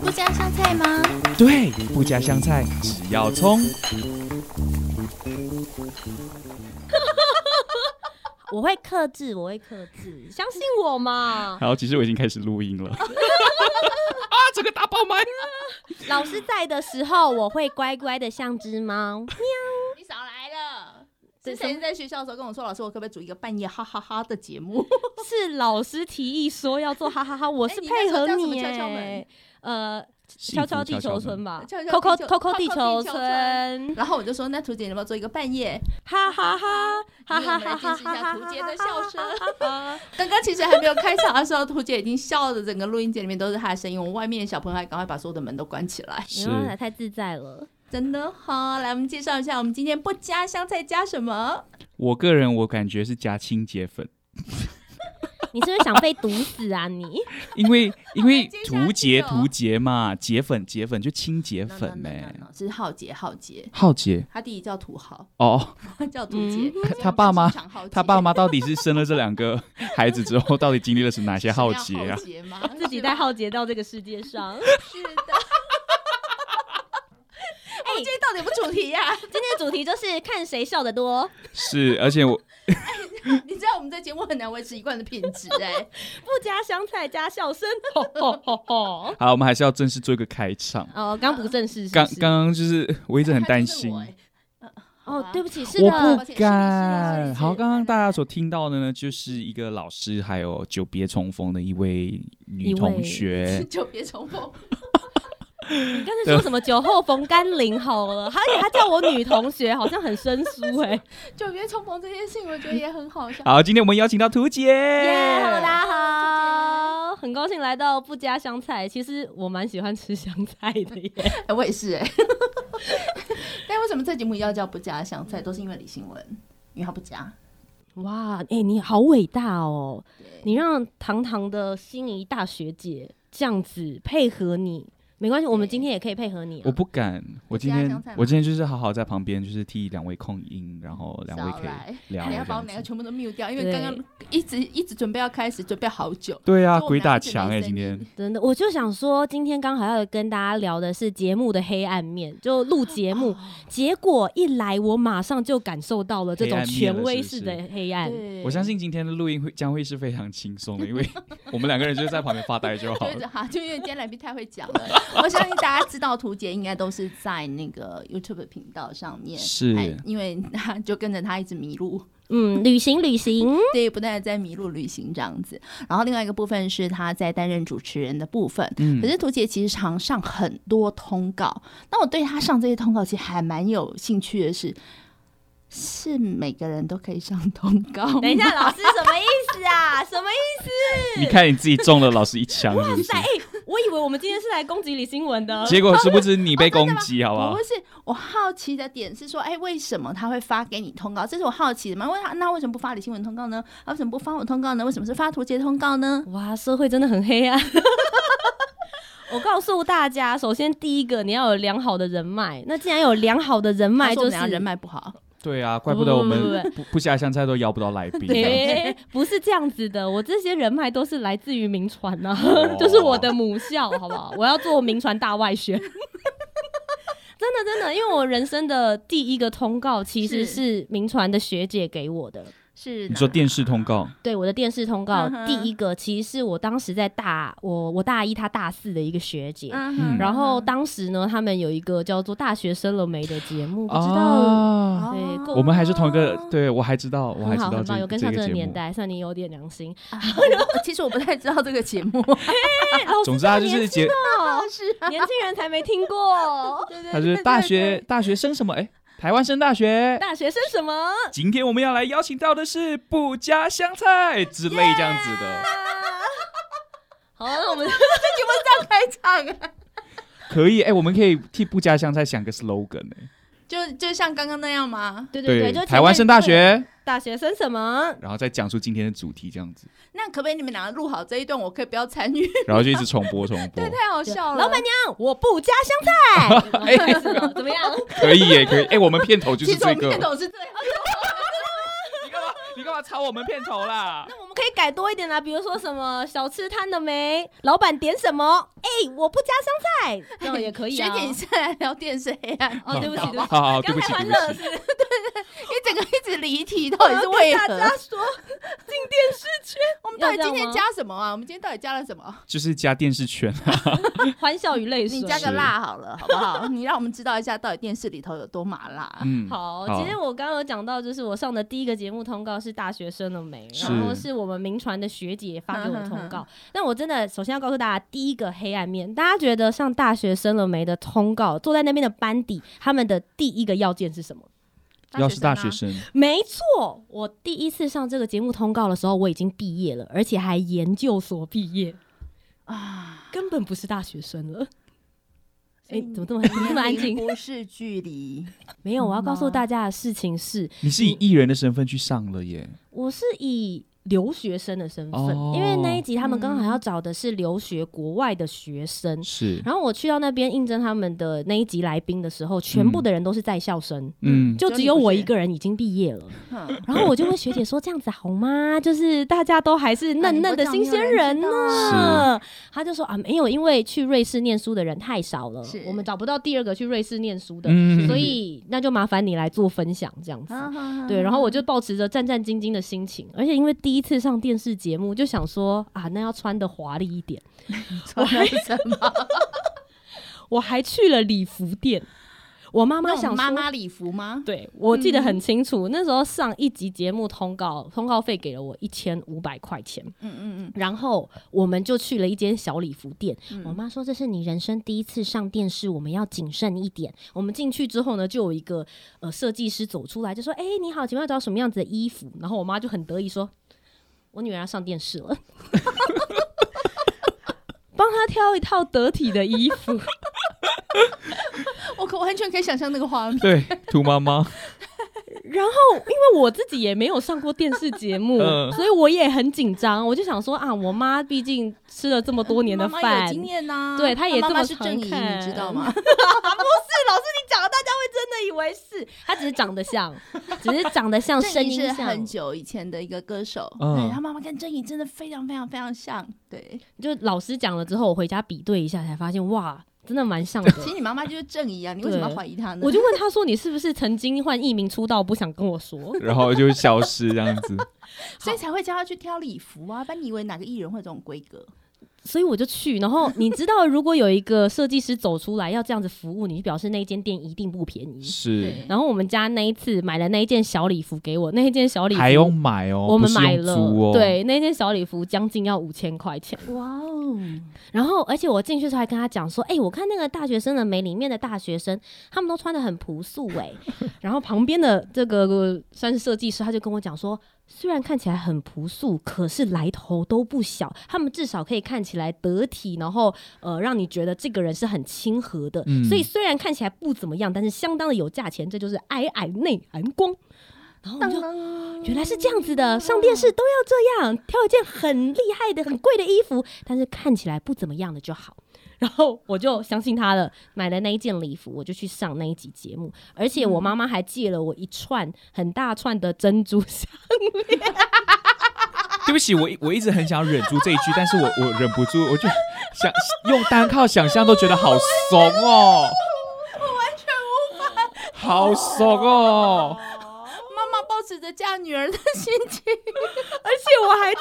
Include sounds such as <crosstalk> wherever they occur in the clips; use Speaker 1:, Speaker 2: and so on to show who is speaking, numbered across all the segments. Speaker 1: 不加香菜吗？
Speaker 2: 对，不加香菜，只要葱。
Speaker 3: 我会克制，我会克制。
Speaker 1: 相信我 <laughs> 嘛，
Speaker 2: 好，其实我已经开始录音了。 <laughs> 啊，整个大爆麦！
Speaker 3: 老师在的时候，我会乖乖的像只猫。
Speaker 1: 你少来了。
Speaker 3: 对
Speaker 1: 之
Speaker 3: 什
Speaker 1: 前
Speaker 3: 么
Speaker 1: 在学校的时候跟我说，老师，我可不可以组一个半夜哈哈哈的节目？ <laughs>
Speaker 3: 是老师提议说要做，哈哈哈！我
Speaker 1: 哎
Speaker 3: 是
Speaker 1: 你那
Speaker 3: 配
Speaker 1: 时候
Speaker 3: 合
Speaker 1: 叫什么
Speaker 3: 你
Speaker 1: 敲敲
Speaker 3: 哎
Speaker 1: 门，
Speaker 3: 呃，
Speaker 2: 幸
Speaker 3: 敲
Speaker 2: 福
Speaker 3: 敲地球
Speaker 2: 门
Speaker 3: 村吧，
Speaker 1: 敲敲地
Speaker 3: c o c o
Speaker 1: 球
Speaker 3: c o c o
Speaker 1: 地
Speaker 3: 地
Speaker 1: 球
Speaker 3: 球
Speaker 1: 村
Speaker 3: 村，
Speaker 1: 然后我就说，那图姐，你要不要做一个半夜？
Speaker 3: 哈哈哈，哈哈哈哈
Speaker 1: 你有没有来进
Speaker 3: 哈！
Speaker 1: 行一下图杰的笑声
Speaker 3: 哈哈哈哈。
Speaker 1: 刚刚其实还没有开场的时候，图姐已经笑的整个录音间里面都是她的声音。我们外面的小朋友还赶快把所有的门都关起来，
Speaker 3: 没办法，太自在了。
Speaker 1: 真的哈。来，我们介绍一下，我们今天不加香菜加什么？
Speaker 2: 我个人我感觉是加清洁粉，
Speaker 3: 你是不是想被毒死啊你？
Speaker 2: 因为因为
Speaker 1: 接下去哦
Speaker 2: 涂洁涂洁嘛，洁粉洁粉就清洁粉呢、
Speaker 1: 是浩杰，浩杰，
Speaker 2: 浩杰
Speaker 1: 他弟弟叫土豪， <laughs>
Speaker 2: 哦，
Speaker 1: 他叫
Speaker 3: 嗯
Speaker 1: 土杰。
Speaker 2: 他他爸妈他爸
Speaker 1: 妈
Speaker 2: 妈到底是生了这两个孩子之后，到底经历了是哪些浩劫
Speaker 1: <laughs>
Speaker 2: 啊？
Speaker 1: 杰吗？
Speaker 3: <laughs> 自己带浩劫到这个世界
Speaker 1: <laughs>
Speaker 3: 上。
Speaker 1: 是的。哎，今天到底有没有主题呀、
Speaker 3: 今天的主题就是看谁笑得多。
Speaker 2: 是，而且我
Speaker 1: <laughs> 你知道我们在节目很难维持一贯的品质哎、
Speaker 3: 不加香菜加笑声，吼吼吼吼！
Speaker 2: 好，我们还是要正式做一个开场。
Speaker 3: <laughs> 哦，刚不正式是
Speaker 2: 刚
Speaker 3: 不是
Speaker 2: 刚刚就是我 <laughs> 一直很
Speaker 1: 他
Speaker 2: 担
Speaker 1: 就是
Speaker 2: 心
Speaker 1: 我，哎
Speaker 3: 哦，对不起，是
Speaker 2: 我
Speaker 3: 的，
Speaker 2: 不
Speaker 1: 抱歉是的是的是
Speaker 2: 敢。
Speaker 1: 的，
Speaker 2: 好，刚刚大家所听到的呢，就是一个老师还有久别重逢的一位女
Speaker 3: 一位
Speaker 2: 同学
Speaker 1: 就别重
Speaker 2: <laughs>
Speaker 1: 复。
Speaker 3: 你刚才说什么酒后逢甘霖好 <laughs> 了，而且他叫我女同学，好像很生疏 <laughs> 哎、
Speaker 1: 九月重逢这件事情，我觉得也很好
Speaker 2: <laughs>
Speaker 1: 笑。
Speaker 2: 好，今天我们邀请到图姐。
Speaker 3: 耶、h e l l o 大家好，很高兴来到不加香菜。其实我蛮喜欢吃香菜的耶，
Speaker 1: 哎我也是哎、 <laughs> 但为什么这节目要叫不加香菜，都是因为李新文，因为他不加。
Speaker 3: <laughs> 哇，哎、你好伟大哦，
Speaker 1: 对，
Speaker 3: 你让堂堂的心仪大学姐这样子配合你。没关系，我们今天也可以配合你、啊。
Speaker 2: 我不敢，我今
Speaker 1: 加
Speaker 2: 天
Speaker 1: 香菜吗
Speaker 2: 我今天就是好好在旁边，就是替两位控音，然后两位可
Speaker 1: 少来
Speaker 2: 以聊
Speaker 1: 你
Speaker 2: 这
Speaker 1: 要把我
Speaker 2: 样
Speaker 1: 们两个
Speaker 2: 子。
Speaker 1: 全部都 mute 掉，因为
Speaker 3: 对
Speaker 1: 刚刚一直一直准备要开始，准备好久。
Speaker 2: 对啊，
Speaker 1: 就我
Speaker 2: 鬼
Speaker 1: 们两个
Speaker 2: 打
Speaker 1: 一直没
Speaker 2: 墙哎，
Speaker 1: 声
Speaker 2: 今天
Speaker 1: 音
Speaker 3: 真的，我就想说，今天刚好要跟大家聊的是节目的黑暗面，就录节目，
Speaker 1: 啊
Speaker 3: 结果一来，我马上就感受到了这种权威式的黑暗。
Speaker 1: 对
Speaker 2: 我相信今天的录音会将会是非常轻松
Speaker 1: <laughs>
Speaker 2: 的，因为我们两个人就是在旁边发呆就好
Speaker 1: 对
Speaker 2: 了。
Speaker 1: 着 <laughs> 哈，就因为今天来宾太会讲了， <laughs> 我相信大家知道图姐应该都是在那个 YouTube 频道上面，
Speaker 2: 是
Speaker 1: 哎因为他就跟着他一直迷路，
Speaker 3: 嗯，旅行旅行，
Speaker 1: 对，不断的在迷路旅行这样子。然后另外一个部分是他在担任主持人的部分，
Speaker 2: 嗯
Speaker 1: 可，是图姐其实常上很多通告，那我对她上这些通告其实还蛮有兴趣的是，是每个人都可以上通告吗。
Speaker 3: 等一下，老师什么意思啊？什么意思？
Speaker 2: 你看你自己中了老师一
Speaker 1: <laughs>
Speaker 2: 枪，是不是
Speaker 3: 塞，？哎、我以为我们今天是来攻击李新文的。
Speaker 2: 结果殊不知你被攻击，好不啊好
Speaker 1: 不？是我好奇的点是说，哎、为什么他会发给你通告？这是我好奇的嘛？问他那为什么不发你新闻通告呢？啊，为什么不发我通告呢？为什么是发图杰通告呢？
Speaker 3: 哇，社会真的很黑暗。 <laughs> 我告诉大家，首先第一个，你要有良好的人脉。那既然有良好的人脉，
Speaker 1: 他说
Speaker 3: 就
Speaker 1: 我
Speaker 3: 是
Speaker 1: 们俩人脉不好，
Speaker 2: 对啊，怪不得我
Speaker 3: 不
Speaker 2: 们不不下香菜都邀不到来
Speaker 3: <laughs>
Speaker 2: 宾。
Speaker 3: 诶，不是这样子的，我这些人脉都是来自于名传啊呐、<laughs>
Speaker 2: 哦
Speaker 3: 就是我的母校，好不好？我 <laughs> 要做名传大外宣。 <laughs> 真的真的，因为我人生的第一个通告其实是名传的学姐给我的，
Speaker 1: 是
Speaker 2: 你说
Speaker 1: 哪
Speaker 2: 电视通告，
Speaker 3: 对我的电视通告、
Speaker 1: 嗯哼
Speaker 3: 第一个其实是我当时在大我我大一，她大四的一个学姐。
Speaker 1: 嗯
Speaker 2: 嗯
Speaker 1: 哼，
Speaker 3: 然后当时呢，他们有一个叫做《大学生了没》的节目，
Speaker 2: 哦
Speaker 3: 不知道，
Speaker 2: 啊，
Speaker 1: 哦
Speaker 3: 对够
Speaker 2: 我们还是同一个，对我还知道，我还
Speaker 3: 很
Speaker 2: 知
Speaker 3: 好，
Speaker 2: 道
Speaker 3: 很
Speaker 2: 这
Speaker 3: 棒，有跟上
Speaker 2: 这
Speaker 3: 这
Speaker 2: 个
Speaker 3: 个
Speaker 2: 节
Speaker 3: 年
Speaker 2: 目。
Speaker 3: 代，算你有点良心。
Speaker 1: <laughs> 啊我其实我不太知道这个节目，
Speaker 3: 哎老师
Speaker 2: <laughs> 总之，他就
Speaker 3: 这个
Speaker 2: 是
Speaker 3: 年
Speaker 2: 节，
Speaker 3: 哦，
Speaker 1: <laughs> 是
Speaker 3: 年轻人才没听
Speaker 1: <laughs>
Speaker 3: 过。
Speaker 1: 对
Speaker 2: 他就是大学大学生什么？哎，台湾生大学。
Speaker 3: 大学生什么？
Speaker 2: 今天我们要来邀请到的是不加香菜之类这样子的，
Speaker 3: 好，那
Speaker 1: <laughs>
Speaker 3: 我们？
Speaker 1: 开唱啊。
Speaker 2: 可以哎，我们可以替不加香菜想个 slogan 哎，
Speaker 1: 就就像刚刚那样吗
Speaker 3: 对对对，就前面
Speaker 2: 台湾生大学，
Speaker 3: 大学生什么？
Speaker 2: 然后再讲出今天的主题这样子，
Speaker 1: 那可不可以你们两个录好这一段，我可以不要参与？
Speaker 2: 然后就一直重播重
Speaker 3: <laughs>
Speaker 2: 播
Speaker 1: 对，， <laughs> 太好笑了。
Speaker 3: 老板娘，我不加
Speaker 2: <laughs>
Speaker 3: 香菜，
Speaker 2: 哎
Speaker 3: 开始 <laughs> 了怎么样？
Speaker 2: 可以耶，可 <laughs> 以哎，我们片头就
Speaker 1: 其
Speaker 2: 是 <laughs>
Speaker 1: 实我
Speaker 2: 这
Speaker 1: 们片
Speaker 2: 个，
Speaker 1: 头是这样，
Speaker 2: 你干嘛你干嘛抄我们片头啦？
Speaker 3: 那我们可可以改多一点啦，比如说什么小吃摊了没，老板点什么，哎、我不加香菜，这
Speaker 1: 哦
Speaker 3: 样也可以啊。
Speaker 1: 学姐，你现在聊电视黑暗
Speaker 3: 哦，对不起，对不起，
Speaker 2: <laughs> 好好，对
Speaker 3: 刚
Speaker 2: 不
Speaker 3: 才 <laughs>
Speaker 2: 起，对
Speaker 3: 玩
Speaker 2: 不
Speaker 3: 乐
Speaker 2: 起。
Speaker 3: 是
Speaker 1: <laughs> 你整个一直离题，到底是为
Speaker 3: 大
Speaker 1: 何？
Speaker 3: 家说进电视圈，
Speaker 1: <laughs> 我们到底
Speaker 3: 要这样
Speaker 1: 今天
Speaker 3: 吗
Speaker 1: 加什么啊？我们今天到底加了什么？
Speaker 2: 就是加电视圈，
Speaker 3: 欢笑与泪水。
Speaker 1: 你加个
Speaker 2: 是啊
Speaker 1: 辣好了，好不好？你让我们知道一下到底电视里头有多麻辣。
Speaker 2: 嗯，
Speaker 3: 好，其实我刚刚有讲到，就是我上的第一个节目通告是大学生了没，
Speaker 2: 是嗯
Speaker 3: 然后是我们民传的学姐发给我的通告。那我真的首先要告诉大家，第一个黑暗面，大家觉得上大学生了没的通告，坐在那边的班底，他们的第一个要件是什么？啊
Speaker 2: 要是大学
Speaker 1: 生啊
Speaker 2: 生，
Speaker 3: 没错，我第一次上这个节目通告的时候，我已经毕业了，而且还研究所毕业，
Speaker 1: <laughs> 啊，
Speaker 3: 根本不是大学生了。哎、
Speaker 1: 所以
Speaker 3: 怎么这么这么安
Speaker 1: 年龄
Speaker 3: 静？
Speaker 1: 不是距离，
Speaker 3: 没有，我要告诉
Speaker 1: 吗
Speaker 3: 大家的事情是，
Speaker 2: 你是以艺人的身份去上了耶，
Speaker 3: 我是以留学生的身份，
Speaker 2: 哦
Speaker 3: 因为那一集他们刚好要找的是留学国外的学生。
Speaker 2: 是，
Speaker 3: 然后我去到那边应征他们的那一集来宾的时候，全部的人都是在校生， <laughs>
Speaker 2: 嗯，
Speaker 3: 就只有我一个人已经毕业
Speaker 2: <laughs>
Speaker 3: 了。
Speaker 1: <laughs> 哼
Speaker 3: 然后我就问学姐说：“这样子好吗？就是大家都还是嫩嫩的新鲜人呢、
Speaker 2: 啊
Speaker 3: 她就说：“啊，没有，因为去瑞士念书的人太少了
Speaker 1: 是，
Speaker 3: 我们找不到第二个去瑞士念书的，
Speaker 2: 嗯
Speaker 3: 所以那就麻烦你来做分享这
Speaker 1: 嗯
Speaker 3: 样子。”
Speaker 1: 啊 <laughs>
Speaker 3: 对，然后我就保持着战战兢兢的心情，而且因为第一次上电视节目，就想说啊，那要穿的华丽一点。
Speaker 1: 我还什么？
Speaker 3: 我还去了礼服店，我妈妈
Speaker 1: 那种
Speaker 3: 想
Speaker 1: 妈
Speaker 3: 说
Speaker 1: 妈礼服吗？嗯
Speaker 3: 对我记得很清楚，那时候上一集节目通告，通告费给了我一千五百块钱，
Speaker 1: 嗯嗯
Speaker 3: 然后我们就去了一间小礼服店。
Speaker 1: 嗯
Speaker 3: 我妈说这是你人生第一次上电视，我们要谨慎一点。我们进去之后呢，就有一个呃设计师走出来就说：“哎、你好，请问要找什么样子的衣服？”然后我妈就很得意说：“嗯我女儿要上电视了。”
Speaker 1: <laughs>
Speaker 3: 帮她挑一套得体的衣服，
Speaker 1: 嗯，我可完全可以想象那个画面。
Speaker 2: 对，兔妈妈，
Speaker 3: 然后，因为我自己也没有上过电视节目，
Speaker 2: 嗯
Speaker 3: 所以我也很紧张。我就想说啊，我妈毕竟吃了这么多年的
Speaker 1: 妈
Speaker 3: 饭，
Speaker 1: 妈有经
Speaker 3: <laughs>
Speaker 1: 验呐，
Speaker 3: 对她也
Speaker 1: 妈
Speaker 3: 这
Speaker 1: 妈
Speaker 3: 么
Speaker 1: 是正
Speaker 3: 常
Speaker 1: 义，
Speaker 3: 看嗯
Speaker 1: 你知道吗？
Speaker 3: 老师你讲了，大家会真的以为是她，只是长得像，只是长得像声
Speaker 1: 郑怡
Speaker 3: 音
Speaker 1: 是
Speaker 3: 像
Speaker 1: 很，久以前的一个歌手，
Speaker 2: 嗯
Speaker 1: 对他妈妈跟郑怡真的非常非常非常像。对，
Speaker 3: 就老师讲了之后，我回家比对一下，才发现哇，真的蛮像的。
Speaker 1: 其实你妈妈就是郑怡啊，你为什么要怀疑她呢？
Speaker 3: <laughs> 我就问他说：“你是不是曾经换艺名出道，不想跟我说？” <laughs>
Speaker 2: <laughs> 然后就消失这样子，
Speaker 1: 所以才会叫她去挑礼服啊，不然你以为哪个艺人会有这种规格？
Speaker 3: 所以我就去，然后你知道，如果有一个设计师走出来要这样子服务你，就表示那一间店一定不便宜。
Speaker 2: 是，
Speaker 3: 然后我们家那一次买了那一件小礼服给我，那一件小礼服
Speaker 2: 还用买哦，
Speaker 3: 我们
Speaker 2: 不是
Speaker 3: 买
Speaker 2: 用
Speaker 3: 了，
Speaker 2: 租哦，，
Speaker 3: 对，那件小礼服将近要五千块钱。
Speaker 1: 哇哦，
Speaker 3: 然后，而且我进去的时候还跟他讲说，哎、我看那个大学生的美里面的大学生，他们都穿的很朴素
Speaker 2: <laughs>
Speaker 3: 哎、然后旁边的这个呃算是设计师，他就跟我讲说，虽然看起来很朴素，可是来头都不小，他们至少可以看起来得体，然后呃，让你觉得这个人是很亲和的。
Speaker 2: 嗯
Speaker 3: 所以虽然看起来不怎么样，但是相当的有价钱，这就是矮矮内含光。然后我
Speaker 1: 当
Speaker 3: 就
Speaker 1: 当
Speaker 3: 原来是这样子的，上电视都要这样，挑一件很厉害的、很贵的衣服，但是看起来不怎么样的就好。 <laughs> 然后我就相信他了，买了那一件礼服，我就去上那一集节目，而且我妈妈还借了我一串很大串的珍珠 <laughs> 项
Speaker 2: <laughs> 对不起，我一我一直很想忍住这一句，但是我我忍不住，我就想用单靠想象都觉得好怂哦，我完全无法，好怂哦，
Speaker 1: 妈妈抱持着嫁女儿的心情，
Speaker 3: <laughs> 而且我还在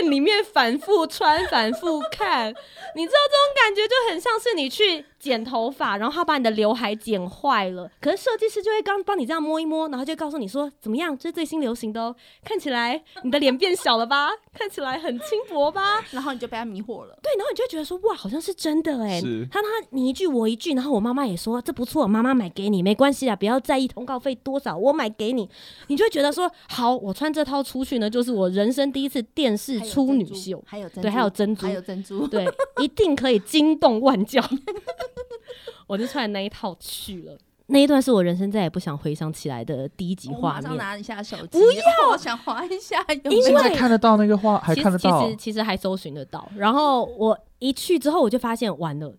Speaker 3: 店里面反复穿、反复看，你知道这种感觉就很像是你去剪头发，然后他把你的刘海剪坏了，可是设计师就会刚帮你这样摸一摸，然后就告诉你说怎么样，这是最新流行的哦，看起来你的脸变小了吧，看起来很轻薄吧，
Speaker 1: 然后你就被她迷惑了。
Speaker 3: 对，然后你就会觉得说哇，好像是真的哎
Speaker 2: 是，
Speaker 3: 他他你一句我一句，然后我妈妈也说这不错，妈妈买给你没关系啊啦，不要在意通告费多少，我买给你，你就会觉得说好，我穿这套出去呢，就是我人生第一次电视
Speaker 1: 还有
Speaker 3: 出女
Speaker 1: 珍珠
Speaker 3: 秀，
Speaker 1: 还有珍
Speaker 3: 对还有珍珠
Speaker 1: 还有珍珠。 <laughs>
Speaker 3: 对，一定可以惊动万教。 <laughs> 我就穿那一套去了，那一段是我人生再也不想回想起来的第一集
Speaker 1: 我
Speaker 3: 画
Speaker 1: 马上
Speaker 3: 面。
Speaker 1: 拿一下手机，
Speaker 3: 不要
Speaker 1: 哦我想滑一下，有没
Speaker 3: 因
Speaker 1: 有
Speaker 3: 为
Speaker 2: 现在看得到那个画，还
Speaker 3: 其
Speaker 2: 看
Speaker 3: 实
Speaker 2: 得
Speaker 3: 其
Speaker 2: 到
Speaker 3: 实，其实还搜寻得到。然后我一去之后，我就发现完了，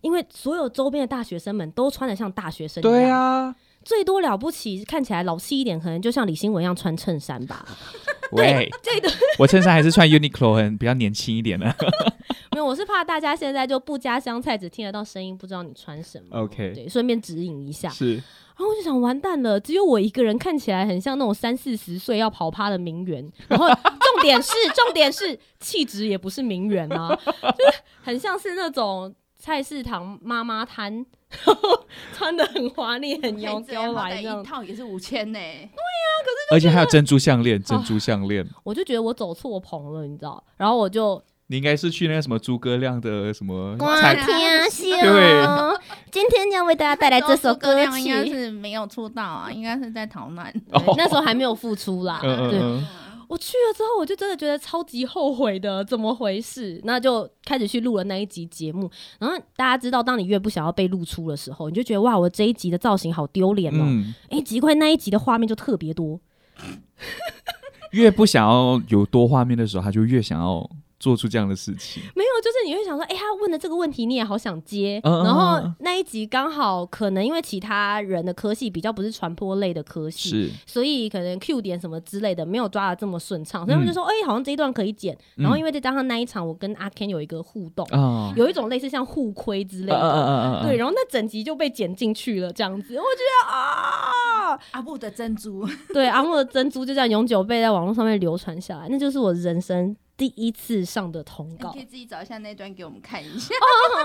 Speaker 3: 因为所有周边的大学生们都穿得像大学生一样。
Speaker 2: 对啊，
Speaker 3: 最多了不起，看起来老气一点，可能就像李新文一样穿衬衫
Speaker 2: <laughs>
Speaker 3: 吧。
Speaker 2: 喂，
Speaker 3: 这个
Speaker 2: <laughs> 我衬衫还是穿 Uniqlo，很比较年轻一点的。
Speaker 3: 没有，我是怕大家现在就不加香菜，只听得到声音，不知道你穿什么。
Speaker 2: <laughs> OK
Speaker 3: 对，啊顺便指引一下。
Speaker 2: 是，
Speaker 3: 然后我就想，完蛋了，只有我一个人看起来很像那种三四十岁要跑趴的名媛。然后重点是，重点是气质也不是名媛啊，就是很像是那种菜市场妈妈摊，然后穿的很华丽、很
Speaker 1: 腰
Speaker 3: 妖娇来这
Speaker 1: <laughs> 一
Speaker 3: 样。
Speaker 1: 套也是五千
Speaker 3: <laughs>
Speaker 1: 呢，
Speaker 2: 而且还有珍珠项
Speaker 3: 哦
Speaker 2: 链，珍珠项链，
Speaker 3: 我就觉得我走错棚了，你知道？然后我就
Speaker 2: 你应该是去那个什么诸葛亮的什么
Speaker 1: 才
Speaker 3: 天啊秀
Speaker 2: 对，
Speaker 3: 今天要为大家带来这首歌
Speaker 1: <laughs> 应该
Speaker 3: 曲。
Speaker 1: 是没有出道啊，应该是在逃难。
Speaker 2: 哦
Speaker 3: 那时候还没有复出啦，
Speaker 2: 嗯嗯
Speaker 3: 对
Speaker 2: 嗯，
Speaker 3: 我去了之后，我就真的觉得超级后悔的，怎么回事？那就开始去录了那一集节目。然后大家知道，当你越不想要被露出的时候，你就觉得哇，我这一集的造型好丢脸哦。
Speaker 2: 嗯，
Speaker 3: 哎、奇怪，那一集的画面就特别多，
Speaker 2: 越不想要有多画面的时候，他就越想要做出这样的事情。
Speaker 3: 没有，就是你会想说，哎、他问的这个问题你也好想接。
Speaker 2: 嗯嗯
Speaker 3: 然
Speaker 2: 嗯
Speaker 3: 后
Speaker 2: 嗯
Speaker 3: 那一集刚好可能因为其他人的科系比较不是传播类的科系，
Speaker 2: 是，
Speaker 3: 所以可能 Q 点什么之类的没有抓的这么顺畅，所以他们
Speaker 2: 嗯
Speaker 3: 就说，哎、好像这一段可以剪。然后因为再加上那一场，我跟阿 Ken 有一个互动，
Speaker 2: 啊，
Speaker 3: 有一种类似像互亏之类的。
Speaker 2: 嗯嗯嗯嗯，
Speaker 3: 对，然后那整集就被剪进去了，这样子，我觉得啊，
Speaker 1: 阿布的珍珠，
Speaker 2: <laughs>
Speaker 3: 对，阿莫的珍珠就这样永久被在网络上面流传下来，那就是我人生第一次上的通
Speaker 1: 你
Speaker 3: 告
Speaker 1: 可以，自己找一下那段给我们看一下，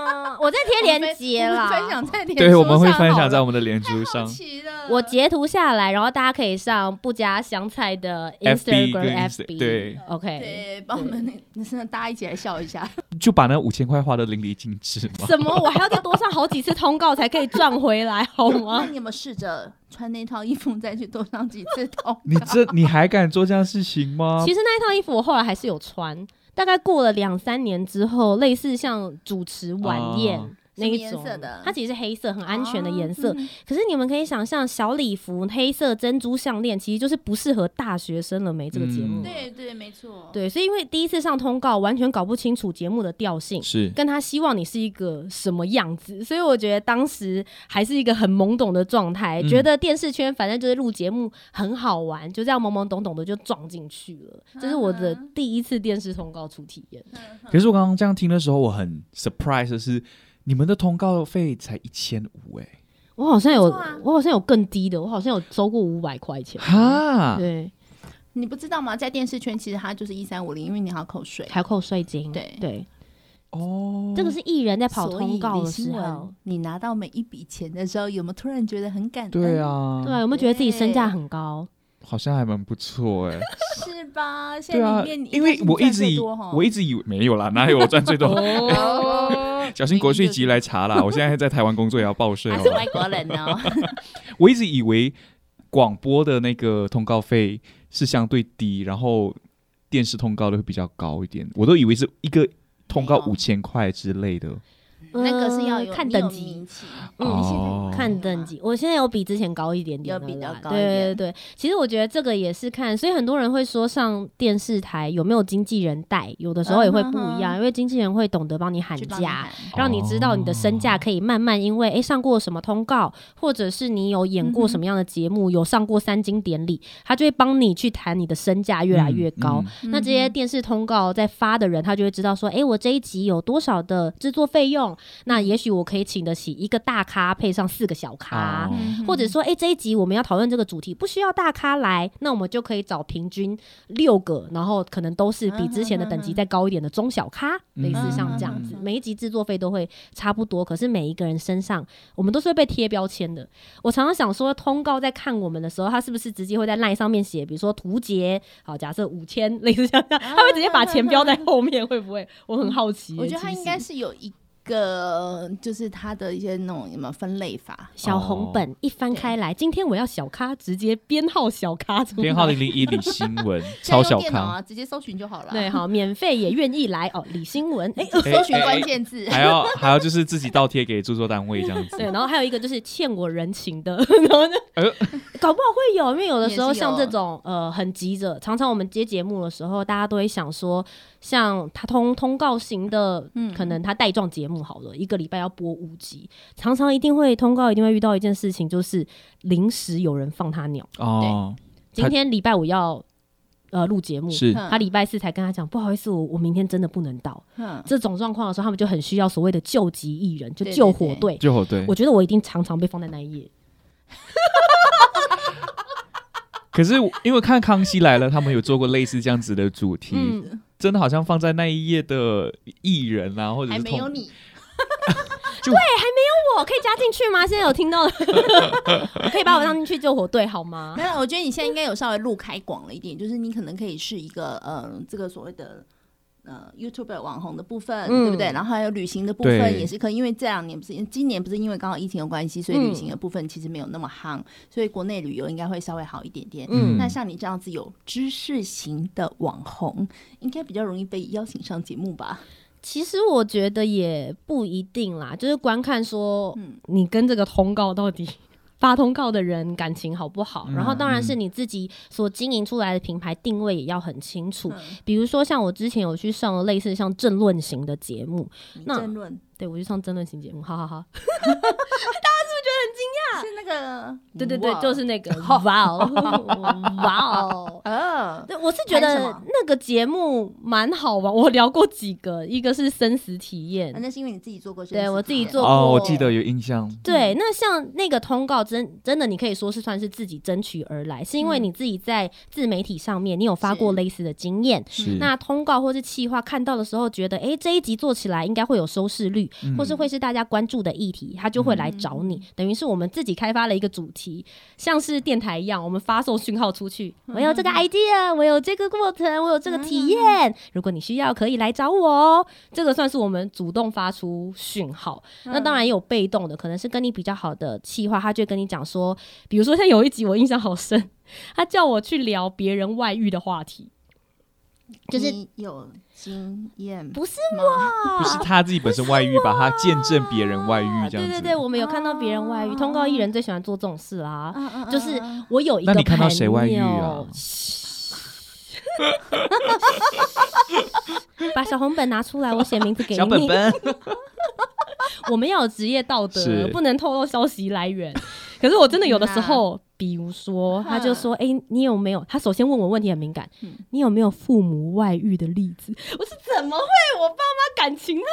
Speaker 3: 啊 <laughs> 我在贴链接
Speaker 1: 我
Speaker 3: 啦，
Speaker 1: 们分享在脸
Speaker 2: 对，我们会
Speaker 1: 书上
Speaker 2: 分
Speaker 1: 好
Speaker 2: 享
Speaker 1: 了
Speaker 2: 在我们的脸书
Speaker 1: 好
Speaker 2: 上。
Speaker 1: 奇了，
Speaker 3: 我截图下来，然后大家可以上不加香菜的
Speaker 2: FB 跟
Speaker 3: Instagram
Speaker 2: Insta-
Speaker 3: FB，
Speaker 2: 对
Speaker 3: ，OK，
Speaker 1: 对，帮我们那是大家一起来笑一下，
Speaker 2: 就把那五千块花的淋漓尽致
Speaker 1: <laughs>
Speaker 2: 嘛。
Speaker 3: 什么？我还要再多上好几次通告才可以赚回来，好
Speaker 1: 那
Speaker 3: 吗？
Speaker 1: 你有没有试着穿那套衣服再去多上几次头？
Speaker 2: 你这你还敢做这样的事情吗？
Speaker 3: 其实那一套衣服我后来还是有穿，大概过了两三年之后，类似像主持晚宴。
Speaker 2: 哦
Speaker 3: 那一
Speaker 1: 什
Speaker 3: 种
Speaker 1: 么颜色的
Speaker 3: 它其实是黑色，很安全的颜
Speaker 1: 啊
Speaker 3: 色。
Speaker 1: 嗯
Speaker 3: 可是你们可以想象，小礼服、黑色珍珠项链，其实就是不适合大学生了没这个节目。
Speaker 2: 嗯
Speaker 1: 对对，没错，
Speaker 3: 对，所以因为第一次上通告，完全搞不清楚节目的调性，
Speaker 2: 是
Speaker 3: 跟他希望你是一个什么样子，所以我觉得当时还是一个很懵懂的状态，
Speaker 2: 嗯
Speaker 3: 觉得电视圈反正就是录节目很好玩，就这样懵懵懂懂的就撞进去了。这是我的
Speaker 1: 嗯哼
Speaker 3: 第一次电视通告初体验，
Speaker 2: 可是我刚刚这样听的时候，我很 surprise 的是，你们的通告费才一千五哎，
Speaker 3: 我好像有，
Speaker 1: 不错啊
Speaker 3: 我好像有更低的，我好像有收过五百块钱，
Speaker 2: 哈，
Speaker 3: 对，
Speaker 1: 你不知道吗？在电视圈其实它就是一三五零，因为你还要扣税。
Speaker 3: 还扣税金，
Speaker 1: 对
Speaker 3: 对，嗯
Speaker 2: 哦，
Speaker 3: 这个是艺人在跑
Speaker 1: 所以
Speaker 3: 通告的
Speaker 1: 李
Speaker 3: 时
Speaker 1: 新
Speaker 3: 候
Speaker 1: 闻，，你拿到每一笔钱的时候，有没有突然觉得很感恩？
Speaker 2: 对，
Speaker 1: 嗯
Speaker 2: 啊，
Speaker 3: 对啊，有没有觉得自己身价
Speaker 1: 对
Speaker 3: 很高？
Speaker 2: 好像还蛮不错哎，
Speaker 1: 是吧？现
Speaker 2: 对
Speaker 1: 在
Speaker 2: 啊，
Speaker 1: 里面你
Speaker 2: 因为我一直以
Speaker 1: 应该是你赚最多齁
Speaker 2: 我一直以为没有啦，哪有我赚最多？ <laughs>
Speaker 3: 哦，
Speaker 2: 小心国税局来查啦！我现在在台湾工作也要报税
Speaker 1: 还
Speaker 2: 哦
Speaker 1: 啊是。外国人哦，
Speaker 3: <laughs>
Speaker 2: 我一直以为广播的那个通告费是相对低，然后电视通告的会比较高一点，我都以为是一个通告
Speaker 1: 没有
Speaker 2: 五千块之类的。
Speaker 1: 那个是要有
Speaker 3: 嗯看
Speaker 1: 你有
Speaker 3: 等级
Speaker 1: 名气
Speaker 2: 嗯
Speaker 1: 你现在嗯有
Speaker 2: 哦
Speaker 3: 看等级，我现在有比之前高一点点
Speaker 1: 有
Speaker 3: 的啦，
Speaker 1: 比较高一
Speaker 3: 对对
Speaker 1: 点
Speaker 3: 对，其实我觉得这个也是看，所以很多人会说上电视台有没有经纪人带，有的时候也会不一
Speaker 1: 嗯哼
Speaker 3: 样，
Speaker 1: 哼
Speaker 3: 因为经纪人会懂得帮你喊
Speaker 1: 去帮你
Speaker 3: 价
Speaker 1: 喊。
Speaker 3: 让你知道你的身
Speaker 2: 哦
Speaker 3: 价可以慢慢，因为诶上过什么通告，或者是你有演
Speaker 1: 嗯
Speaker 3: 过什么样的节目，有上过三金典礼，他就会帮你去谈你的身价越来越高。
Speaker 2: 嗯
Speaker 3: 那这些电视通告在发的人，他就会知道说，诶，我这一集有多少的制作费用？那
Speaker 2: 嗯
Speaker 3: 也许我可以请得起一个大咖配上四个小咖。
Speaker 2: 哦
Speaker 1: 嗯
Speaker 3: 或者说，诶，这一集我们要讨论这个主题，不需要大咖来，那我们就可以找平均六个，然后可能都是比之前的等级再高一点的中小咖，
Speaker 2: 嗯
Speaker 3: 类似像这样子
Speaker 1: 嗯嗯嗯。嗯
Speaker 3: 每一集制作费都会差不多，可是每一个人身上，我们都是会被贴标签的。我常常想说，通告在看我们的时候，他是不是直接会在 line 上面写，比如说图杰，好，假设五千，类似像这样，他会直接把钱标在后面，会不会？我很好奇耶。
Speaker 1: 我觉得他
Speaker 3: 其实
Speaker 1: 应该是有一个，就是他的一些那种什么分类法，
Speaker 3: 小红本一翻开来，今天我要小咖，直接编号小咖出来，
Speaker 2: 嗯编号零零一李新
Speaker 3: <laughs>
Speaker 2: 闻
Speaker 1: 现
Speaker 2: 超
Speaker 1: 在
Speaker 2: 小
Speaker 1: 用电脑
Speaker 2: 康，
Speaker 1: 啊，直接搜寻就好了。
Speaker 3: 对，，好，免费也愿意来哦，李新文，哎、呃
Speaker 1: 搜寻关键字，
Speaker 2: 还要还要就是自己倒贴给著作单位这样
Speaker 3: <laughs>
Speaker 2: 子
Speaker 3: 对，。然后还有一个就是欠我人情的，然后呢，
Speaker 2: 哎呦
Speaker 3: 搞不好会有，因为有的时候
Speaker 1: 也是有
Speaker 3: 像这种呃很急着，常常我们接节目的时候，大家都会想说，像他通通告型的，
Speaker 1: 嗯
Speaker 3: 可能他带状节目好了，一个礼拜要播五集，常常一定会通告，一定会遇到一件事情，就是临时有人放他鸟。
Speaker 2: 哦，
Speaker 3: 今天礼拜五要呃录节目，
Speaker 2: 是
Speaker 1: 嗯
Speaker 3: 他礼拜四才跟他讲，不好意思，我我明天真的不能到。
Speaker 1: 嗯
Speaker 3: 这种状况的时候，他们就很需要所谓的救急艺人，就
Speaker 1: 对对
Speaker 3: 救火队。
Speaker 2: 就好对
Speaker 3: 我。觉得我一定常常被放在那一页。
Speaker 2: 可是我因为看《康熙来了》，他们有做过类似这样子的主题，
Speaker 3: 嗯，
Speaker 2: 真的好像放在那一页的艺人啊，或者
Speaker 1: 还
Speaker 2: 是
Speaker 1: 没有
Speaker 2: 同
Speaker 1: 你，
Speaker 3: 我可以加进去吗？现在有听到
Speaker 1: <laughs>
Speaker 3: <laughs> 了，
Speaker 1: 嗯
Speaker 3: 我可以把我当进去救火队好吗？
Speaker 1: 没有，我觉得你现在应该有稍微路开广了一点，就是你可能可以是一个呃，这个所谓的呃 YouTube 网红的部分，
Speaker 3: 嗯
Speaker 1: 对不对？然后还有旅行的部分
Speaker 2: 对
Speaker 1: 也是可以，因为这两年不是今年不是因为刚好疫情的关系，所
Speaker 3: 嗯
Speaker 1: 以旅行的部分其实没有那么夯，所以国内旅游应该会稍微好一点点。
Speaker 3: 嗯
Speaker 1: 那像你这样子有知识型的网红，应该比较容易被邀请上节目吧？
Speaker 3: 其实我觉得也不一定啦，就是观看说，
Speaker 1: 嗯
Speaker 3: 你跟这个通告到底发通告的人感情好不好，
Speaker 2: 嗯
Speaker 3: 然后当然是你自己所经营出来的品牌定位也要很清楚。
Speaker 1: 嗯
Speaker 3: 比如说像我之前有去上了类似像政论型的节目，
Speaker 1: 你
Speaker 3: 那
Speaker 1: 争论
Speaker 3: 对我去上政论型节目，好好好，
Speaker 1: 是那个
Speaker 3: 对对对，
Speaker 1: 哇哦
Speaker 3: 就是那
Speaker 1: <laughs>
Speaker 3: 个哇哦哇哦。
Speaker 1: 呃，
Speaker 3: 对，我是觉
Speaker 1: 谈什
Speaker 3: 得
Speaker 1: 么
Speaker 3: 那个节目蛮好玩，我聊过几个，一个是生死体验
Speaker 1: 啊，那是因为你自己做过生
Speaker 3: 对
Speaker 1: 死
Speaker 3: 我自己
Speaker 1: 体验
Speaker 3: 做
Speaker 2: 哦，我
Speaker 3: 过
Speaker 2: 记得有印象，
Speaker 3: 对，
Speaker 1: 嗯
Speaker 3: 那像那个通告真真的，你可以说是算是自己争取而来，是因为
Speaker 1: 嗯
Speaker 3: 你自己在自媒体上面，你有发过
Speaker 1: 是
Speaker 3: 类似的经验。
Speaker 2: 是
Speaker 3: 那通告或是企划看到的时候，觉得诶这一集做起来应该会有收视率，
Speaker 2: 嗯
Speaker 3: 或是会是大家关注的议题，他就会来找你。等于是我们自己开发了一个主题，像是电台一样，我们发送讯号出去，我有这
Speaker 2: 嗯
Speaker 3: 个 idea，我有这个过程，我有这个体验，如果你需要可以来找我哦。这个算是我们主动发出讯号。
Speaker 2: 嗯
Speaker 3: 那当然也有被动的，可能是跟你比较好的企划，他就会跟你讲说，比如说像有一集我印象好深，他叫我去聊别人外遇的话题。就是
Speaker 2: 嗯
Speaker 1: 你有经验
Speaker 3: 不是
Speaker 1: 我，
Speaker 2: 不是他自己本身外遇吧？
Speaker 1: 啊
Speaker 2: 他见证别人外
Speaker 3: 啊
Speaker 2: 遇这
Speaker 3: 对
Speaker 2: 样子。
Speaker 3: 对对，我们有看到别人外遇，
Speaker 1: 哦
Speaker 3: 通告艺人最喜欢做这种事啦、
Speaker 1: 嗯嗯嗯
Speaker 3: 就是
Speaker 1: 嗯
Speaker 3: 我有一
Speaker 2: 那
Speaker 3: 个
Speaker 2: 你
Speaker 3: 朋友，
Speaker 2: 看到谁外遇啊
Speaker 3: <laughs> 把小红本拿出来，我写名字给你。
Speaker 2: 小本
Speaker 1: <laughs>
Speaker 2: 本
Speaker 3: 我们要有职业道
Speaker 2: 是
Speaker 3: 德，不能透露消息来源。可是我真的有的时候，比如说，他就说：“哎、你有没有？”他首先问我问题很敏感，
Speaker 1: 嗯
Speaker 3: 你有没有父母外遇的例子？我是怎么会？我爸妈感情
Speaker 1: 啊，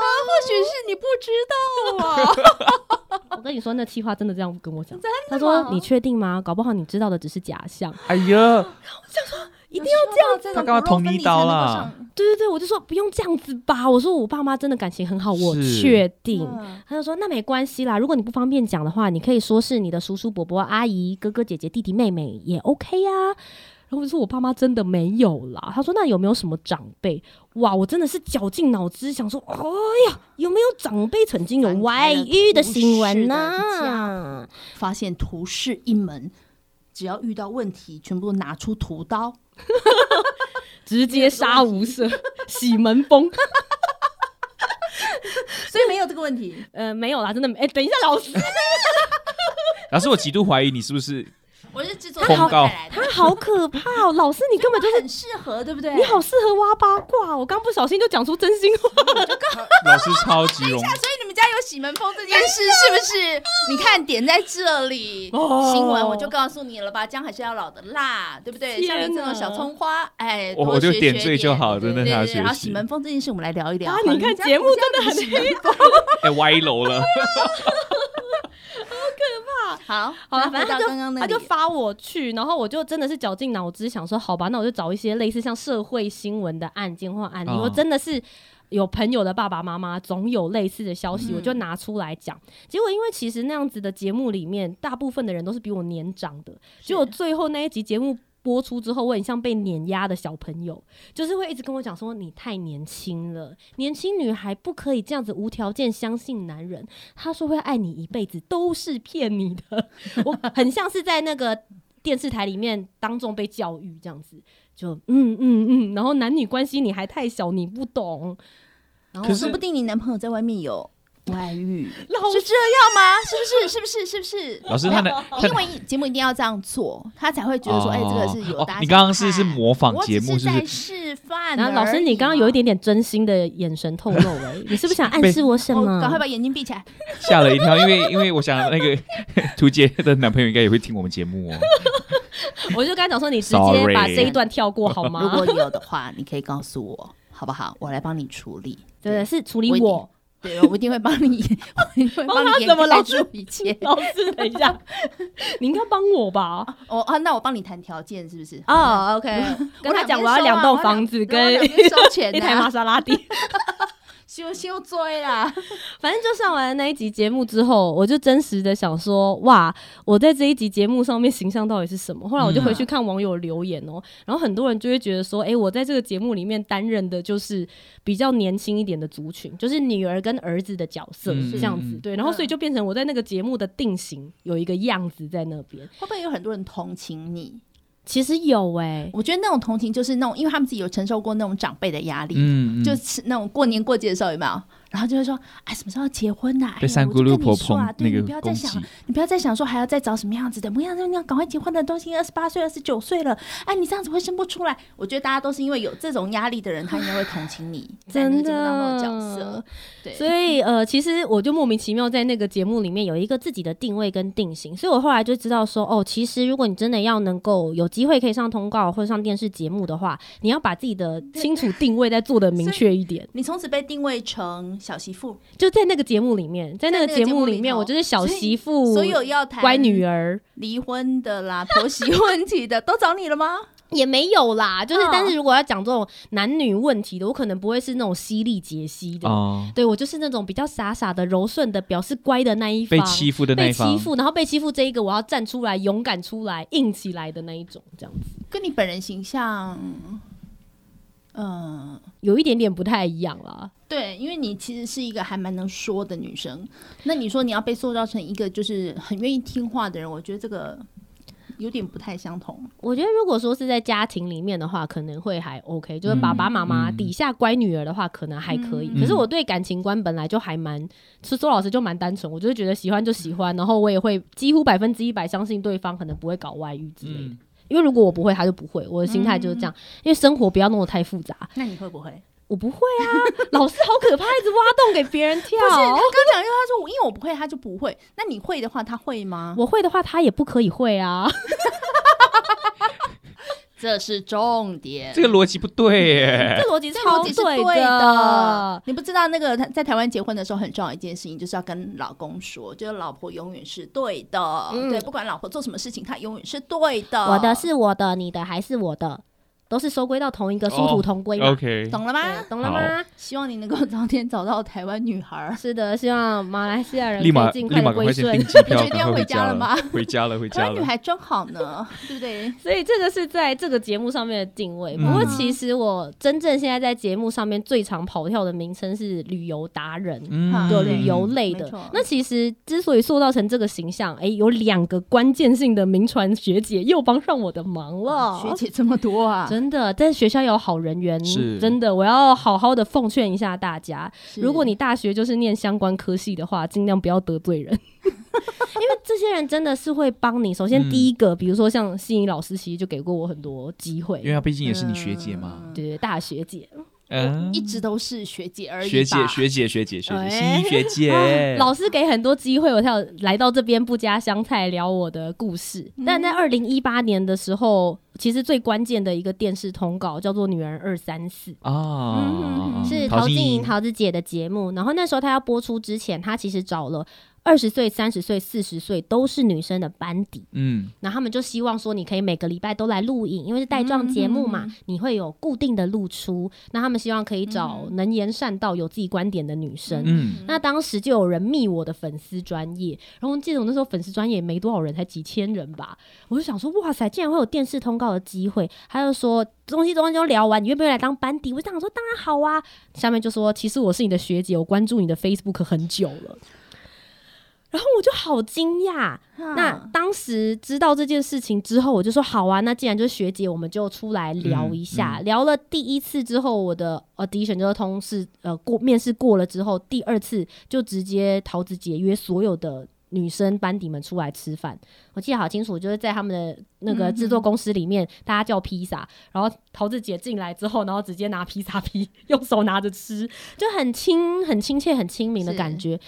Speaker 1: 或许是你不知道 <laughs> 啊。
Speaker 3: 我跟你说，那气话真的这样跟我讲，他
Speaker 1: 吗
Speaker 3: 说：“你确定吗？搞不好你知道的只是假象。
Speaker 2: 哎呀，
Speaker 1: 一定要这样子，
Speaker 2: 他干嘛捅你刀啦？”
Speaker 3: 对对对，我就说不用这样子吧。我说我爸妈真的感情很好，我
Speaker 2: 是
Speaker 3: 确定。
Speaker 1: 嗯
Speaker 3: 他就说那没关系啦，如果你不方便讲的话，你可以说是你的叔叔、伯伯、阿姨、哥哥、姐姐、弟弟、妹妹也 OK 呀、啊。然后我就说我爸妈真的没有啦。他说那有没有什么长辈？哇，我真的是绞尽脑汁想说，哎呀，有没有长辈曾经有
Speaker 1: 翻开
Speaker 3: 外
Speaker 1: 了
Speaker 3: 遇的
Speaker 1: 同
Speaker 3: 新闻
Speaker 1: 事的
Speaker 3: 呢、
Speaker 1: 家发现图是一门，只要遇到问题，全部拿出屠刀。
Speaker 3: 直接杀无赦， <laughs> 洗门风。
Speaker 1: 所以没有这个问题，
Speaker 3: 呃，没有啦，真的没。哎、等一下，老师，
Speaker 2: 老师，我极度怀疑你是不是
Speaker 1: 我是制作
Speaker 2: 通告
Speaker 1: 单位带来的，
Speaker 3: 他好可怕哦！老师，你根本就是
Speaker 1: 很适合，对不对？
Speaker 3: 你好适合挖八卦哦，我刚不小心就讲出真心话。
Speaker 2: 老师超级容易
Speaker 1: 啊，所以你们家有洗门风这件事是不是？ <laughs> 你看点在这里，
Speaker 3: 哦
Speaker 1: 新闻我就告诉你了吧，姜还是要老的辣，对不对？
Speaker 3: 天
Speaker 1: 像
Speaker 3: 哪
Speaker 1: 你这种小葱花，哎，
Speaker 2: 我
Speaker 1: 多
Speaker 2: 哦我就
Speaker 1: 学
Speaker 2: 点
Speaker 1: 学
Speaker 2: 缀就好
Speaker 1: 对
Speaker 2: 真的
Speaker 1: 对
Speaker 2: 他要
Speaker 1: 对对然
Speaker 2: 学
Speaker 1: 后
Speaker 2: 习
Speaker 1: 洗门风这件事，我们来聊一聊。
Speaker 3: 啊
Speaker 1: 好
Speaker 3: 你
Speaker 1: 们
Speaker 3: 看
Speaker 1: 家
Speaker 3: 节目
Speaker 1: 我们家
Speaker 3: 真的
Speaker 1: 怎么
Speaker 3: 很
Speaker 1: 洗门风。
Speaker 2: 哎歪楼
Speaker 1: <laughs>
Speaker 2: 了，
Speaker 1: 好，
Speaker 3: 好了，
Speaker 1: 那
Speaker 3: 反
Speaker 1: 回
Speaker 3: 正他
Speaker 1: 到
Speaker 3: 就
Speaker 1: 刚刚那
Speaker 3: 他
Speaker 1: 里
Speaker 3: 就发我去，然后我就真的是绞尽脑汁想说，好吧，那我就找一些类似像社会新闻的案件或案例，
Speaker 2: 哦
Speaker 3: 我真的是。有朋友的爸爸妈妈总有类似的消息，
Speaker 1: 嗯
Speaker 3: 我就拿出来讲。结果因为其实那样子的节目里面，大部分的人都是比我年长的，结果最后那一集节目播出之后，我很像被碾压的小朋友，就是会一直跟我讲说：“你太年轻了，年轻女孩不可以这样子无条件相信男人。”他说会爱你一辈子都是骗你的，我很像是在那个电视台里面当众被教育这样子，就嗯嗯嗯，然后男女关系你还太小，你不懂。然后
Speaker 2: 可
Speaker 3: 我
Speaker 2: 是
Speaker 3: <laughs>
Speaker 1: 说不定你男朋友在外面有外遇， <laughs> 是
Speaker 3: 老师
Speaker 1: 这样吗？是不是？是不是？是不是？
Speaker 2: 老师他的他
Speaker 1: 因为节目一定要这样做，他才会觉得说，哎，这个是有
Speaker 2: 哦
Speaker 1: 大家看。
Speaker 2: 你刚刚是是模仿
Speaker 1: 我
Speaker 2: 节
Speaker 1: 只
Speaker 2: 目，是
Speaker 1: 是
Speaker 2: 不
Speaker 1: 在
Speaker 2: 是？
Speaker 1: 示范而已嘛。
Speaker 3: 然后老师，你刚刚有一点点真心的眼神透露哎、你是不是想暗示我什
Speaker 1: 我
Speaker 3: 么？
Speaker 1: 哦赶快把眼睛闭起来。
Speaker 2: 吓了一跳，因
Speaker 1: <laughs>
Speaker 2: 为因为我想那个 <laughs> 图姐的男朋友应该也会听我们节目哦。
Speaker 3: 我就刚才讲说，你直接把
Speaker 2: Sorry
Speaker 3: 这一段跳过好
Speaker 1: 如
Speaker 3: 吗
Speaker 1: 果？有的话，你可以告诉我，好不好？我来帮你处
Speaker 3: <laughs>
Speaker 1: 理。
Speaker 3: 对，是处理
Speaker 1: 我一定
Speaker 3: 我。
Speaker 1: 对，我一定会帮你，我一定会
Speaker 3: 帮
Speaker 1: 帮
Speaker 3: 他
Speaker 1: 你
Speaker 3: 怎么
Speaker 1: 掩盖
Speaker 3: 老
Speaker 1: 住一切。
Speaker 3: <laughs> 老师，等一下，你应该帮我吧？
Speaker 1: 哦啊，那我帮你谈条件，是不是？
Speaker 3: 哦，OK，跟 <laughs>
Speaker 1: <laughs>
Speaker 3: 他啊讲我要两栋房子跟
Speaker 1: 啊我两边收钱
Speaker 3: <laughs>
Speaker 1: 啊
Speaker 3: 一台玛莎拉蒂。
Speaker 1: 修修追啦，
Speaker 3: 反正就上完那一集节目之后，我就真实的想说，哇，我在这一集节目上面形象到底是什么？后来我就回去看网友留言哦、然后很多人就会觉得说，诶，我在这个节目里面担任的就是比较年轻一点的族群，就是女儿跟儿子的角色、
Speaker 2: 嗯
Speaker 3: 这样子
Speaker 2: 嗯，
Speaker 3: 对，然后所以就变成我在那个节目的定型有一个样子在那边。
Speaker 1: <laughs> 会不会有很多人同情你？
Speaker 3: 其实有诶，
Speaker 1: 我觉得那种同情就是那种，因为他们自己有承受过那种长辈的压力，
Speaker 2: 嗯，嗯
Speaker 1: 就是那种过年过节的时候有没有？然后就会说，哎，什么时候要结婚呐、啊？
Speaker 2: 被三
Speaker 1: 哎呀
Speaker 2: 姑六婆
Speaker 1: 我就跟你说啊
Speaker 2: 捧
Speaker 1: 对
Speaker 2: 那
Speaker 1: 你
Speaker 2: 个
Speaker 1: 不要再
Speaker 2: 攻
Speaker 1: 想
Speaker 2: 击，
Speaker 1: 你不要再想说还要再找什么样子的，不要那样，赶快结婚的东西，二十八岁、二十九岁了，哎，你这样子会生不出来。我觉得大家都是因为有这种压力的人，他应该会同情你 <laughs> 在那
Speaker 3: 真的
Speaker 1: 个节目当中的角色。对，
Speaker 3: 所以呃，其实我就莫名其妙在那个节目里面有一个自己的定位跟定型，所以我后来就知道说，哦，其实如果你真的要能够有机会可以上通告或者上电视节目的话，你要把自己的清楚定位再做的明确一点。
Speaker 1: 你从此被定位成小媳妇，
Speaker 3: 就在那个节目里面，在那个
Speaker 1: 在那个
Speaker 3: 节
Speaker 1: 节
Speaker 3: 目
Speaker 1: 目
Speaker 3: 里
Speaker 1: 里
Speaker 3: 面，
Speaker 1: 头
Speaker 3: 我就是小
Speaker 1: 所以
Speaker 3: 媳妇，
Speaker 1: 所有要谈
Speaker 3: 乖女儿
Speaker 1: 离婚的啦、婆媳问题的，都找你了吗？
Speaker 3: 也没有啦。就是，
Speaker 1: 嗯
Speaker 3: 但是如果要讲这种男女问题的，我可能不会是那种犀利解析的。
Speaker 2: 哦，
Speaker 3: 对我就是那种比较傻傻的、柔顺的，表示乖的那一方。
Speaker 2: 被欺负的那
Speaker 3: 被
Speaker 2: 一
Speaker 3: 欺
Speaker 2: 方，
Speaker 3: 负，然后被欺负这一个，我要站出来，勇敢出来，硬起来的那一种，这样子
Speaker 1: <laughs> 跟你本人形象，嗯、
Speaker 3: 有一点点不太一样啦。
Speaker 1: 对，因为你其实是一个还蛮能说的女生，那你说你要被塑造成一个就是很愿意听话的人，我觉得这个有点不太相同。
Speaker 3: 我觉得如果说是在家庭里面的话，可能会还 OK，就是爸爸妈妈
Speaker 2: 嗯
Speaker 3: 底下乖女儿的话，可能还可以。
Speaker 2: 嗯
Speaker 3: 可是我对感情观本来就还蛮，是周老师就蛮单纯，我就是觉得喜欢就喜欢，然后我也会几乎百分之一百相信对方可能不会搞外遇之类的。
Speaker 2: 嗯，
Speaker 3: 因为如果我不会，他就不会，我的心态就是这样。因为生活不要弄得太复杂，
Speaker 1: 那你会不会？
Speaker 3: 我不会啊， <laughs> 老师好可怕，一直挖洞给别人跳。
Speaker 1: 不是，他刚讲，因为他说我因为我不会，他就不会。那你会的话，他会吗？
Speaker 3: 我会的话，他也不可以会
Speaker 2: <laughs>
Speaker 3: 啊。
Speaker 1: 这是重点
Speaker 2: 这。个逻辑不对耶。
Speaker 1: <laughs>
Speaker 3: 逻辑
Speaker 1: 这逻辑是对的
Speaker 2: 哦
Speaker 3: 的。。
Speaker 1: 你不知道那个他在台湾结婚的时候很重要一件事情，就是要跟老公说，就是老婆永远是对的，
Speaker 3: 嗯
Speaker 1: 对，不管老婆做什么事情，她永远是对的。
Speaker 3: 我的，是我的，你的还是我的，都是收归到同一个殊途同归嘛。
Speaker 2: 哦 OK，
Speaker 1: 懂了吗？
Speaker 3: 对懂了吗？
Speaker 1: 希望你能够早点找到台湾女孩儿。
Speaker 3: 是的，希望马来西亚人
Speaker 2: 立马
Speaker 3: 可以尽
Speaker 2: 立
Speaker 3: 快
Speaker 2: 马
Speaker 3: 的
Speaker 2: 赶
Speaker 3: 归
Speaker 2: 快先
Speaker 3: 顺 <laughs>
Speaker 2: 订。机
Speaker 1: 你
Speaker 2: 票，
Speaker 1: 决定要
Speaker 2: 赶快
Speaker 1: 回
Speaker 2: 家
Speaker 1: 家了吗
Speaker 2: 回家了，回
Speaker 1: 台
Speaker 2: 家
Speaker 1: 湾女
Speaker 2: 了。
Speaker 1: 孩真好
Speaker 3: <laughs>
Speaker 1: 呢，对不对？
Speaker 3: 所以这个是在这个节目上面的定位。
Speaker 2: 嗯
Speaker 3: 不过其实我真正现在在节目上面最常跑跳的名称是旅游达人。
Speaker 1: 嗯
Speaker 3: 对
Speaker 1: 有
Speaker 3: 旅游类
Speaker 1: 没
Speaker 3: 的
Speaker 1: 错，
Speaker 3: 那其实之所以塑造成这个形象，诶，有两个关键性的名传学姐又帮上我的忙了。
Speaker 1: 学姐这么多啊，
Speaker 3: 哦真的，在学校有好人缘，
Speaker 2: 是
Speaker 3: 真的，我要好好的奉劝一下大家，
Speaker 1: 是
Speaker 3: 如果你大学就是念相关科系的话，尽量不要得罪人。 <laughs> 因为这些人真的是会帮你。首先，
Speaker 2: 嗯
Speaker 3: 第一个，比如说像心仪老师，其实就给过我很多机会
Speaker 2: 因，为她毕竟也是你学姐嘛。
Speaker 1: 嗯
Speaker 3: 对大学姐、
Speaker 2: 嗯
Speaker 1: 一，直都是学姐而已吧。
Speaker 2: 学姐学姐学姐学姐，
Speaker 3: 哎
Speaker 2: 心仪学
Speaker 3: <laughs>
Speaker 2: 姐
Speaker 3: 啊。老师给很多机会，我才有来到这边不加香菜聊我的故事。但在二零一八年的时候，其实最关键的一个电视通告叫做《女人二三四》。
Speaker 2: 啊，
Speaker 3: 嗯是
Speaker 2: 陶
Speaker 3: 陶晶莹
Speaker 2: 莹，
Speaker 3: 桃子姐的节目。然后那时候她要播出之前，她其实找了二十岁、三十岁、四十岁都是女生的班底，
Speaker 2: 嗯，
Speaker 3: 然后他们就希望说你可以每个礼拜都来录影，因为是带状节目嘛，你会有固定的露出。那他们希望可以找能言善道、有自己观点的女生。
Speaker 2: 嗯，
Speaker 3: 那当时就有人密我的粉丝专业，然后记得我那时候粉丝专业也没多少人，才几千人吧。我就想说，哇塞，竟然会有电视通告的机会。他就说东西东西都聊完，你愿不愿意来当班底？我就想说，当然好啊。下面就说，其实我是你的学姐，我关注你的 Facebook 很久了。然后我就好惊讶。
Speaker 2: 嗯
Speaker 3: 那当时知道这件事情之后，我就说好啊，那既然就是学姐，我们就出来聊一下。
Speaker 2: 嗯
Speaker 3: 聊了第一次之后，我的呃 audition 就是通是呃过面试过了之后，第二次就直接桃子姐约所有的。女生班底们出来吃饭，我记得好清楚，就是在他们的那个
Speaker 2: 嗯
Speaker 3: 制作公司里面，大家叫披萨，然后桃子姐进来之后，然后直接拿披萨 <laughs> 皮，用手拿着吃，就很亲、很亲切、很亲民的
Speaker 1: 是，
Speaker 3: 感觉。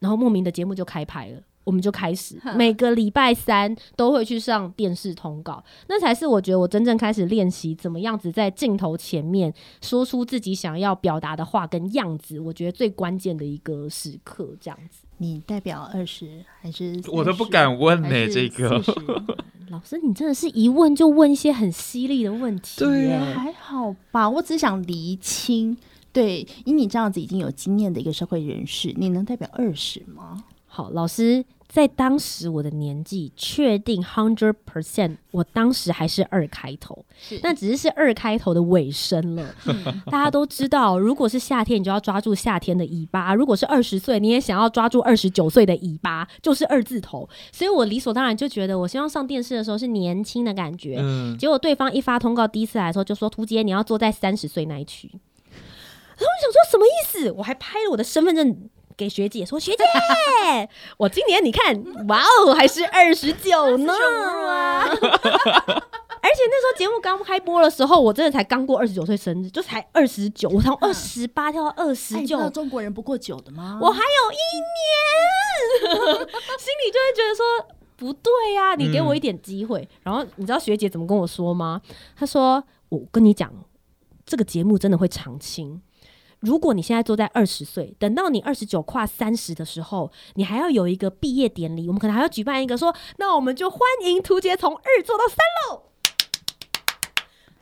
Speaker 3: 然后莫名的节目就开拍了。我们就开始每个礼拜三都会去上电视通告，那才是我觉得我真正开始练习怎么样子在镜头前面说出自己想要表达的话跟样子，我觉得最关键的一个时刻，这样子。
Speaker 1: 你代表二十还是
Speaker 2: <laughs> 我都不敢问呢、
Speaker 1: 呢、
Speaker 2: 这个
Speaker 1: 40
Speaker 3: 老师，你真的是一问就问一些很犀利的问题耶、
Speaker 2: 对啊
Speaker 1: 哎还好吧，我只想厘清。对，以你这样子已经有经验的一个社会人士，你能代表二十吗？
Speaker 3: 好，老师，在当时我的年纪，确定 hundred percent，我当时还是二开头，
Speaker 1: 是
Speaker 3: 那只是是二开头的尾声了。大家都知道，如果是夏天，你就要抓住夏天的尾巴；如果是二十岁，你也想要抓住二十九岁的尾巴，就是二字头。所以我理所当然就觉得，我希望上电视的时候是年轻的感觉。
Speaker 2: 嗯，
Speaker 3: 结果对方一发通告，第一次来的时候就说：“图姐，你要坐在三十岁那一区。”然后我想说什么意思？我还拍了我的身份证给学姐说：“学姐， <laughs> 我今年你看，哇哦，还是二十九呢。”而且那时候节目刚开播的时候，我真的才刚过二十九岁生日，就才二十九，我从二十八跳到二
Speaker 1: 哎
Speaker 3: 十
Speaker 1: 你知
Speaker 3: 九，
Speaker 1: 道中国人不过九的吗？
Speaker 3: 我还有一年，心里就会觉得说不对呀、你给我一点机会。然后你知道学姐怎么跟我说吗？她说：“我跟你讲，这个节目真的会长青。如果你现在坐在二十岁，等到你二十九跨三十的时候，你还要有一个毕业典礼，我们可能还要举办一个说，那我们就欢迎图杰从二坐到三喽。”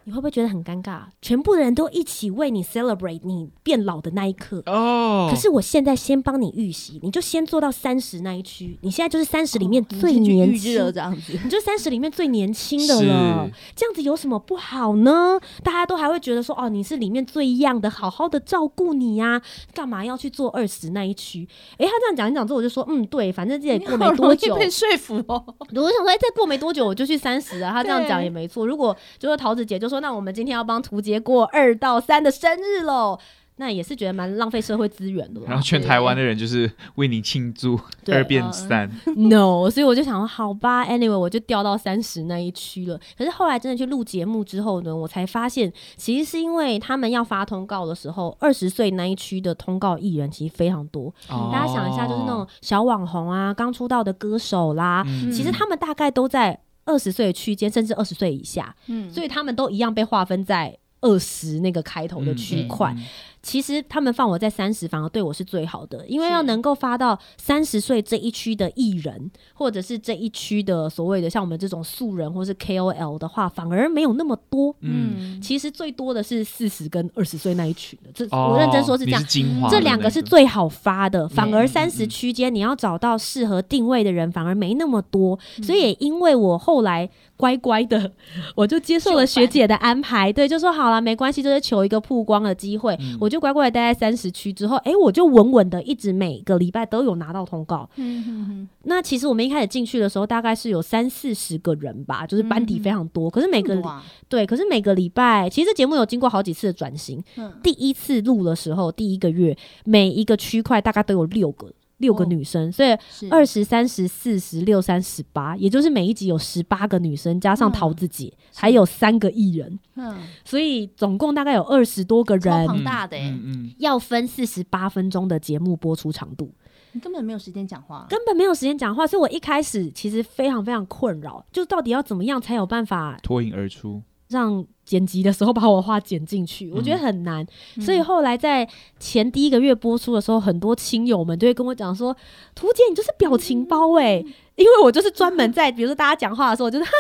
Speaker 3: 你会不会觉得很尴尬？全部的人都一起为你 celebrate 你变老的那一刻。
Speaker 2: 哦，
Speaker 3: 可是我现在先帮你预习，你就先做到三十那一区。你现在就是三十里面
Speaker 1: 哦你
Speaker 3: 最
Speaker 1: 先去
Speaker 3: 年
Speaker 1: 预
Speaker 3: 轻
Speaker 1: 热，这样子，
Speaker 3: 你就三十里面最年轻的了
Speaker 2: 是。
Speaker 3: 这样子有什么不好呢？大家都还会觉得说，哦，你是里面最一样的，好好的照顾你呀、干嘛要去做二十那一区？诶，他这样讲一讲之后，我就说，嗯，对，反正这也过没多久， <laughs>
Speaker 1: 被说服哦。
Speaker 3: 我想说，哎、再过没多久我就去三十啊。他这样讲
Speaker 1: 对
Speaker 3: 也没错。如果就是桃子姐就说，那我们今天要帮图杰过二到三的生日喽，那也是觉得蛮浪费社会资源的
Speaker 2: 然
Speaker 3: 啦
Speaker 2: 后。全台湾的人就是为你庆祝
Speaker 3: 啊对嗯
Speaker 2: 二变三，
Speaker 3: no，所以我就想说，好吧，anyway，我就掉到三十那一区了。可是后来真的去录节目之后呢，我才发现，其实是因为他们要发通告的时候，二十岁那一区的通告艺人其实非常多。嗯
Speaker 2: 哦
Speaker 3: 大家想一下，就是那种小网红啊，刚出道的歌手啦，
Speaker 2: 嗯
Speaker 3: 其实他们大概都在二十岁的区间，甚至二十岁以下，
Speaker 1: 嗯
Speaker 3: 所以他们都一样被划分在。二十那个开头的区块，
Speaker 2: 嗯嗯
Speaker 3: 其实他们放我在三十，反而对我是最好的，因为
Speaker 1: 是
Speaker 3: 要能够发到三十岁这一区的艺人，或者是这一区的所谓的像我们这种素人或是 KOL 的话，反而没有那么多。
Speaker 2: 嗯，
Speaker 3: 其实最多的是四十跟二十岁那一群的，这、
Speaker 2: 哦
Speaker 3: 我认真说是这样
Speaker 2: 你。精华的那个，
Speaker 3: 这两个是最好发的，反而
Speaker 2: 嗯
Speaker 3: 三十区间你要找到适合定位的人，反而没那么多。
Speaker 2: 嗯
Speaker 3: 所以也因为我后来乖乖的，我就接受了学姐的安排，对，就说好了，没关系，就是求一个曝光的机会，
Speaker 2: 嗯
Speaker 3: 我就乖乖的待在三十区之后，诶，我就稳稳的一直每个礼拜都有拿到通告。
Speaker 1: 嗯
Speaker 3: 那其实我们一开始进去的时候，大概是有三四十个人吧，就是班底
Speaker 1: 嗯
Speaker 3: 非常多，可是每个礼
Speaker 1: 哇，
Speaker 3: 对，可是每个礼拜，其实这节目有经过好几次的转型。
Speaker 1: 嗯
Speaker 3: 第一次录的时候，第一个月每一个区块大概都有六个六个
Speaker 1: 哦
Speaker 3: 女生，所以
Speaker 1: 是
Speaker 3: 二十三、十四、十六、三、十八，也就是每一集有十八个女生，加上
Speaker 1: 嗯
Speaker 3: 桃子姐，还有三个艺人，
Speaker 1: 嗯，
Speaker 3: 所以总共大概有二十多个
Speaker 1: 超
Speaker 3: 人
Speaker 1: 庞。大的欸
Speaker 2: 嗯嗯，
Speaker 3: 要分四十八分钟的节目播出长度，
Speaker 1: 你根本没有时间讲话，
Speaker 3: 根本没有时间讲话，所以我一开始其实非常非常困扰，就到底要怎么样才有办法
Speaker 2: 脱颖而出，
Speaker 3: 让剪辑的时候把我话剪进去，我觉得很难。
Speaker 1: 嗯
Speaker 3: 所以后来在前第一个月播出的时候，很多亲友们就会跟我讲说：“图姐，你就是表情包哎、因为我就是专门在，比如说大家讲话的时候，我就是哈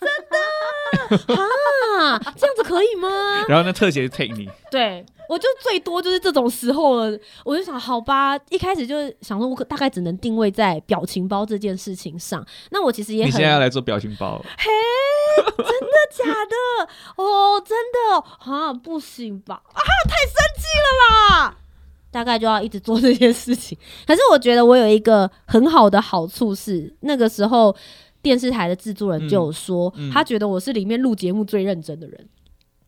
Speaker 3: 哈哈哈，真的啊，这样子可以吗？
Speaker 2: 然后那特写 take 你，
Speaker 3: 对我就最多就是这种时候了，我就想好吧，一开始就是想说，我可大概只能定位在表情包这件事情上。那我其实也
Speaker 2: 你
Speaker 3: 很
Speaker 2: 现在要来做表情包，
Speaker 3: 嘿，真的假的？哦，真的哦啊，不行吧？啊，太生气了啦！大概就要一直做这些事情。可是我觉得我有一个很好的好处是，那个时候电视台的制作人就有说，
Speaker 2: 嗯嗯
Speaker 3: 他觉得我是里面录节目最认真的人。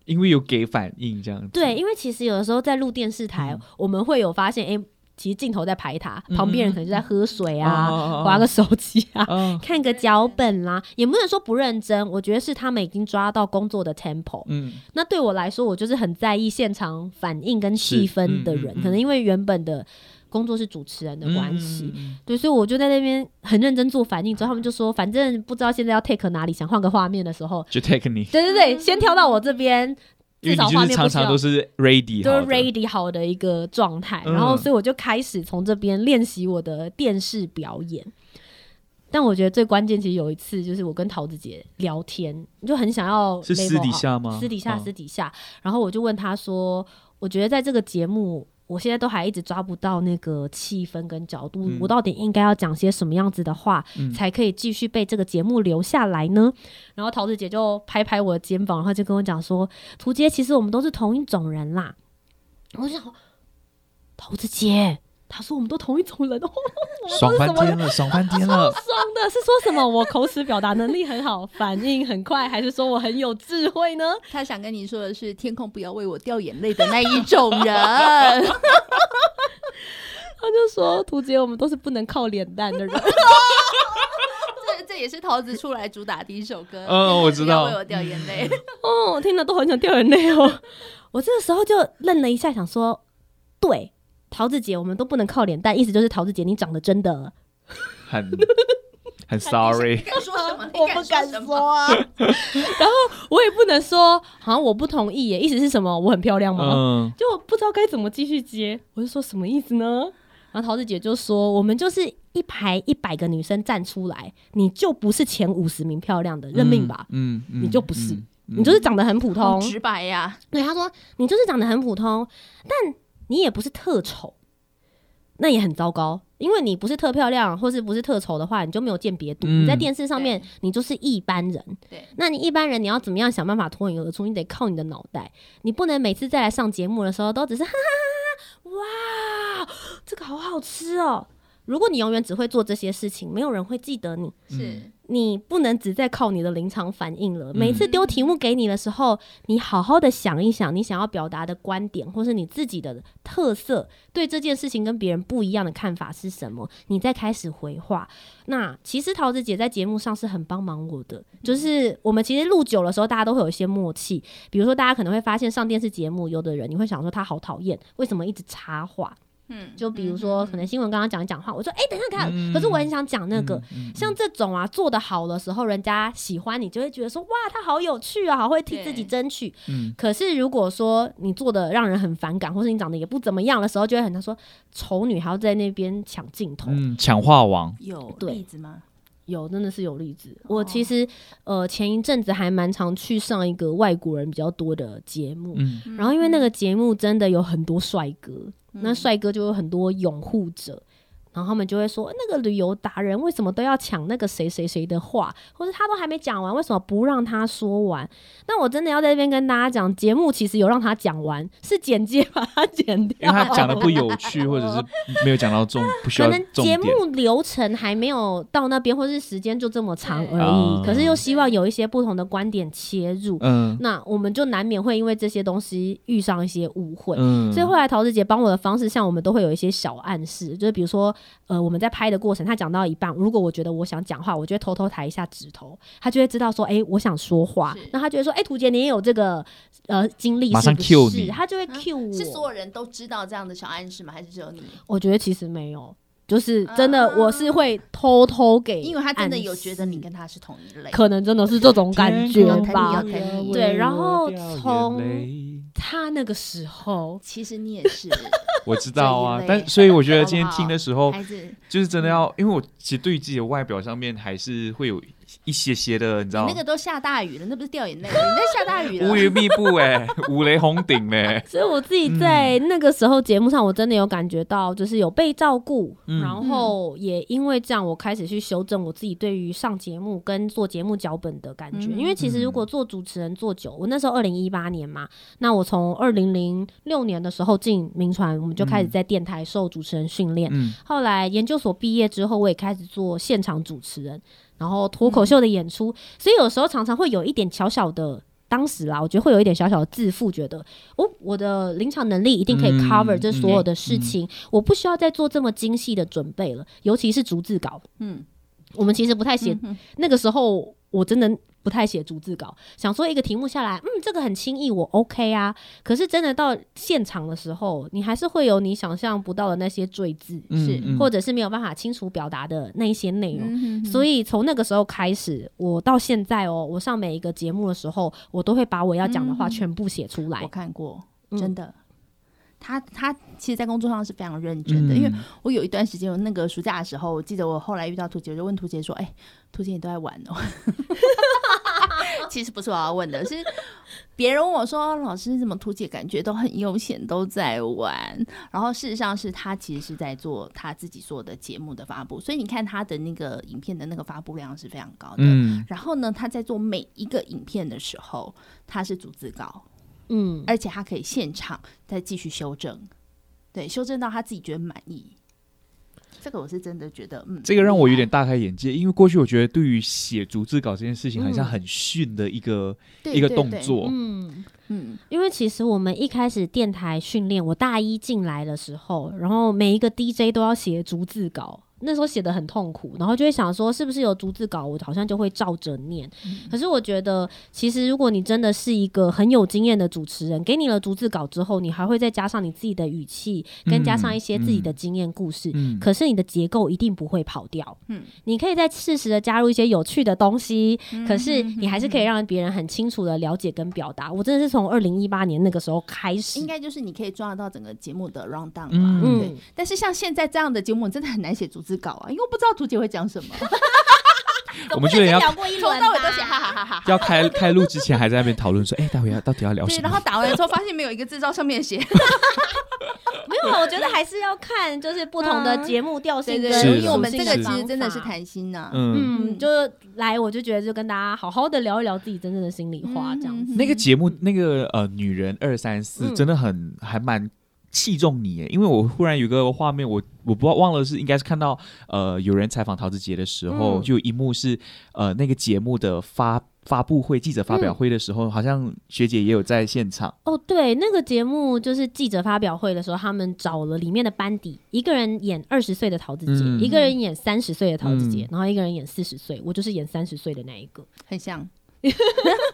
Speaker 2: 因为有给反应这样子。
Speaker 3: 对，，因为其实有的时候在录电视台，
Speaker 2: 嗯
Speaker 3: 我们会有发现，诶，其实镜头在排他，
Speaker 2: 嗯
Speaker 3: 旁边人可能就在喝水啊、
Speaker 2: 啊
Speaker 3: 划个手机啊。
Speaker 2: 啊，
Speaker 3: 看个脚本啦，也不能说不认真，我觉得是他们已经抓到工作的 tempo。
Speaker 2: 嗯
Speaker 3: 那对我来说，我就是很在意现场反应跟气
Speaker 2: 是
Speaker 3: 氛的
Speaker 2: 嗯嗯
Speaker 3: 人，
Speaker 2: 嗯
Speaker 3: 可能因为原本的工作是主持人的关系，
Speaker 2: 嗯嗯嗯
Speaker 3: 对，所以我就在那边很认真做反应，之后他们就说，反正不知道现在要 take 哪里，想换个画面的时候，
Speaker 2: 就 take 你，
Speaker 3: 对对对，先跳到我这边，至
Speaker 2: 因为
Speaker 3: 少
Speaker 2: 你就
Speaker 3: 画
Speaker 2: 是
Speaker 3: 面
Speaker 2: 常
Speaker 3: 不需
Speaker 2: 常都
Speaker 3: 要。
Speaker 2: 是 ready，
Speaker 3: 就是
Speaker 2: 好的
Speaker 3: ready 好的一个状态，
Speaker 2: 嗯
Speaker 3: 然后所以我就开始从这边练习我的电视表演。但我觉得最关键，其实有一次就是我跟桃子姐聊天，就很想要
Speaker 2: 是
Speaker 3: level
Speaker 2: 私底
Speaker 3: up
Speaker 2: 下吗？
Speaker 3: 私底下，
Speaker 2: 哦
Speaker 3: 私底下。然后我就问他说：“我觉得在这个节目，我现在都还一直抓不到那个气氛跟角度，
Speaker 2: 嗯
Speaker 3: 我到底应该要讲些什么样子的话，
Speaker 2: 嗯
Speaker 3: 才可以继续被这个节目留下来呢？”然后桃子姐就拍拍我的肩膀，然后就跟我讲说：“涂杰，其实我们都是同一种人啦。”我就想，桃子姐。她说：“我们都同一种人哦，
Speaker 2: 爽翻天了，爽翻天
Speaker 3: 装
Speaker 2: 了，
Speaker 3: 的是说什么？我口齿表达能力很好，反应很快，还是说我很有智慧呢？
Speaker 1: 他想跟你说的是，天空不要为我掉眼泪的那一种人。
Speaker 3: <laughs> 他就说：“图姐，我们都是不能靠脸蛋的人。
Speaker 1: 这这也是桃子出来主打第一首歌。
Speaker 2: 嗯，我知
Speaker 1: 不要为
Speaker 2: 道
Speaker 1: 我，掉眼泪。”
Speaker 3: 哦，我听了都很想掉眼泪哦。 <laughs> 我这个时候就愣了一下，想说：“对，桃子姐，我们都不能靠脸蛋，意思就是桃子姐你长得真的。
Speaker 2: 很很 sorry，
Speaker 1: 敢说什么？
Speaker 3: <laughs> 我不敢
Speaker 1: 你
Speaker 3: 说啊。我也不能说好像我不同意耶，意思是什么？我很漂亮吗？
Speaker 2: 嗯，
Speaker 3: 就我不知道该怎么继续接，我就说什么意思呢？然后桃子姐就说：“我们就是一排一百个女生站出来，你就不是前五十名漂亮的，认命吧，
Speaker 2: 嗯，嗯，
Speaker 3: 你就不是
Speaker 2: 嗯，
Speaker 3: 你就是长得很普
Speaker 1: 好
Speaker 3: 通。”
Speaker 1: 直白呀！
Speaker 3: 对，他说你就是长得很普通，但你也不是特丑，那也很糟糕，因为你不是特漂亮，或是不是特丑的话，你就没有鉴别度。你在
Speaker 2: 嗯
Speaker 3: 电视上面，你就是一般人。
Speaker 1: 对，
Speaker 3: 那你一般人你要怎么样想办法脱颖而出？你得靠你的脑袋，你不能每次再来上节目的时候都只是哈哈哈哈，哇，这个好好吃哦。如果你永远只会做这些事情，没有人会记得你。
Speaker 1: 是
Speaker 3: 你不能只在靠你的临场反应了。
Speaker 2: 嗯
Speaker 3: 每次丢题目给你的时候，你好好的想一想，你想要表达的观点，或是你自己的特色，对这件事情跟别人不一样的看法是什么，你再开始回话。那其实桃子姐在节目上是很帮忙我
Speaker 2: 嗯
Speaker 3: 的，就是我们其实录久的时候，大家都会有一些默契。比如说，大家可能会发现上电视节目，有的人你会想说他好讨厌，为什么一直插话？
Speaker 1: 嗯
Speaker 3: 就比如说，可能新闻刚刚讲一讲话，我说哎、等一下，看，
Speaker 2: 嗯
Speaker 3: 可是我很想讲那个，，
Speaker 2: 嗯嗯
Speaker 3: 像这种啊，做得好的时候，人家喜欢你，就会觉得说哇，他好有趣啊，好会替自己
Speaker 1: 对
Speaker 3: 争取。
Speaker 2: 嗯，
Speaker 3: 可是如果说你做的让人很反感，或是你长得也不怎么样的时候，就会很常说丑女还要在那边抢镜头。
Speaker 2: 嗯，抢话王，
Speaker 1: 有
Speaker 3: 对
Speaker 1: 例子吗？
Speaker 3: 有，真的是有例子。我
Speaker 1: 哦
Speaker 3: 其实呃前一阵子还蛮常去上一个外国人比较多的节目，
Speaker 2: 嗯
Speaker 3: 然后因为那个节目真的有很多帅哥，那
Speaker 1: 嗯
Speaker 3: 帅哥就有很多拥护者，然后他们就会说那个旅游达人为什么都要抢那个谁谁谁的话，或者他都还没讲完，为什么不让他说完？那我真的要在这边跟大家讲，节目其实有让他讲完，是剪接把他剪
Speaker 2: 因
Speaker 3: 掉，
Speaker 2: 为他讲的不有趣，或者是没有讲到重，不需
Speaker 3: 可
Speaker 2: 要
Speaker 3: 能
Speaker 2: 重
Speaker 3: 节
Speaker 2: 点。
Speaker 3: 目流程还没有到那边，或是时间就这么长而
Speaker 2: 啊
Speaker 3: 已，可是又希望有一些不同的观点切入。
Speaker 2: 嗯
Speaker 3: 那我们就难免会因为这些东西遇上一些误会，
Speaker 2: 嗯，
Speaker 3: 所以后来桃子姐帮我的方式，像我们都会有一些小暗示，就是比如说，呃，我们在拍的过程，她讲到一半，如果我觉得我想讲话，我就会偷偷抬一下指头，她就会知道说，哎、我想说话
Speaker 1: 是。
Speaker 3: 那她就会说，哎、图姐你也有这个呃经历，
Speaker 2: 马上
Speaker 3: 是不
Speaker 2: cue 你
Speaker 3: 是？她就会
Speaker 1: 啊
Speaker 3: Q 我。
Speaker 1: 是所有人都知道这样的小暗示吗？还是只有你？
Speaker 3: 我觉得其实没有，就是真的，
Speaker 1: 啊
Speaker 3: 我是会偷偷给，
Speaker 1: 因为他真的有觉得你，跟他是同一类。
Speaker 3: 可能真的是这
Speaker 2: <laughs>
Speaker 3: 种感觉
Speaker 1: 天空
Speaker 3: 吧
Speaker 1: 有。疼你
Speaker 3: 对然后从她那个时候，
Speaker 1: 其实你也
Speaker 3: <laughs>
Speaker 1: 是
Speaker 2: 我知道啊
Speaker 1: 这，一类
Speaker 2: 但所以我
Speaker 3: 哦
Speaker 2: 觉得今天听的时候，
Speaker 1: 孩子，
Speaker 2: 就是真的要，因为我其实对于自己的外表上面还是会有一些些的，你知道
Speaker 1: 那个都下大雨了，那不是掉眼泪了，你在下大雨
Speaker 3: <laughs>
Speaker 2: 乌
Speaker 1: 了。
Speaker 2: 云密布哎、五雷轰顶嘞，
Speaker 3: 所以我自己在那个时候节目上，我真的有感觉到，就是有被照顾，
Speaker 2: 嗯
Speaker 3: 然后也因为这样，我开始去修正我自己对于上节目跟做节目脚本的感觉。
Speaker 1: 嗯
Speaker 3: 因为其实如果做主持人做久，我那时候二零一八年嘛，那我从二零零六年的时候进民传，我们就开始在电台受主持人训练。
Speaker 2: 嗯，
Speaker 3: 后来研究所毕业之后，我也开始做现场主持人，然后脱口秀的演出，所以有时候常常会有一点小小的。当时啦，我觉得会有一点小小的自负，觉得哦，我的临场能力一定可以
Speaker 2: 嗯
Speaker 3: cover 这
Speaker 2: 嗯
Speaker 3: 所有的事情，我不需要再做这么精细的准备了，尤其是逐字稿。
Speaker 1: 嗯，
Speaker 3: 我们其实不太写，
Speaker 1: 嗯哼
Speaker 3: 那个时候我真的不太写逐字稿，想说一个题目下来，嗯，这个很轻易，我 OK 啊。可是真的到现场的时候，你还是会有你想象不到的那些赘字，
Speaker 2: 嗯
Speaker 1: 是
Speaker 2: 嗯
Speaker 3: 或者是没有办法清楚表达的那一些内容。
Speaker 1: 嗯哼
Speaker 3: 所以从那个时候开始，我到现在哦，我上每一个节目的时候，我都会把我要讲的话
Speaker 1: 嗯
Speaker 3: 全部写出来
Speaker 1: 我。看过，
Speaker 3: 嗯
Speaker 1: 真的。他他其实，在工作上是非常认真
Speaker 3: 嗯
Speaker 1: 的，因为我有一段时间，我那个暑假的时候，我记得我后来遇到图姐，我就问图姐说：“哎、图姐你都在玩哦？” <laughs> 其实不是我要问的，是别人问我说：“老师，怎么图姐感觉都很悠闲，都在玩？”然后事实上是她其实是在做她自己做的节目的发布，所以你看她的那个影片的那个发布量是非常高的。
Speaker 2: 嗯
Speaker 1: 然后呢，她在做每一个影片的时候，她是逐字稿，
Speaker 3: 嗯，
Speaker 1: 而且他可以现场再继续修正，对，修正到他自己觉得满意。这个我是真的觉得，嗯，
Speaker 2: 这个让我有
Speaker 1: 厉害
Speaker 2: 点大开眼界，因为过去我觉得对于写逐字稿这件事情，好像
Speaker 3: 嗯
Speaker 2: 很逊的一个、
Speaker 1: 对
Speaker 2: 一个
Speaker 1: 对
Speaker 2: 动
Speaker 1: 对
Speaker 2: 作，
Speaker 3: 嗯，
Speaker 1: 嗯，
Speaker 3: 因为其实我们一开始电台训练，我大一进来的时候，然后每一个 DJ 都要写逐字稿，那时候写的很痛苦，然后就会想说，是不是有逐字稿，我好像就会照着念。可是我觉得，其实如果你真的是一个很有经验的主持人，给你了逐字稿之后，你还会再加上你自己的语气，跟加上一些自己的经验故事，
Speaker 2: 嗯，
Speaker 3: 可是你的结构一定不会跑掉。
Speaker 1: 嗯
Speaker 3: 你可以再适时的加入一些有趣的东西，可是你还是可以
Speaker 1: 嗯
Speaker 3: 让别人很清楚的了解跟表达。我真的是从二零一八年那个时候开始，
Speaker 1: 应该就是你可以抓得到整个节目的 round down 嘛，
Speaker 2: 嗯
Speaker 1: 对。但是像现在这样的节目，真的很难写逐字稿啊，因为我不知道图姐会讲什 <laughs> 么，
Speaker 2: 我们居然要
Speaker 3: 聊过一
Speaker 1: 从到尾都写哈哈哈哈。
Speaker 2: 要开开录之前还在那边讨论说，哎，待会要到底要聊
Speaker 1: 对
Speaker 2: 什，
Speaker 1: 然
Speaker 2: 么？
Speaker 1: 后打完之后发现没有一个字照上面写，
Speaker 3: 没有啊，我觉得还是要看就是不同的节目调
Speaker 1: <laughs> 对
Speaker 3: 性
Speaker 1: 对，
Speaker 3: 跟
Speaker 2: 是
Speaker 1: 对因为我们
Speaker 3: 属
Speaker 1: 这
Speaker 3: 性的
Speaker 1: 个其
Speaker 3: 方
Speaker 1: 实真的是
Speaker 3: 法。
Speaker 1: 谈心呐，
Speaker 2: 嗯，
Speaker 3: 嗯，就来，我就觉得就跟大家好好的聊一聊自己真正的心里
Speaker 1: 嗯
Speaker 3: 话，这样子。
Speaker 2: 那个节目那个呃，女人二三四
Speaker 3: 嗯
Speaker 2: 真的很还蛮。器重你耶，因为我忽然有个画面，我我不知道忘了是应该是看到呃有人采访陶子杰的时候，
Speaker 3: 嗯
Speaker 2: 就有一幕是呃那个节目的发发布会记者发表会的时候，好像学姐也有在
Speaker 3: <laughs>
Speaker 2: 现场，
Speaker 3: 哦，对，那个节目就是记者发表会的时候，他们找了里面的班底，一个人演二十岁的陶子姐，
Speaker 2: 嗯
Speaker 3: 一个人演三十岁的陶子姐，
Speaker 2: 嗯
Speaker 3: 然后一个人演四十岁，我就是演三十岁的那一个。
Speaker 1: 很像，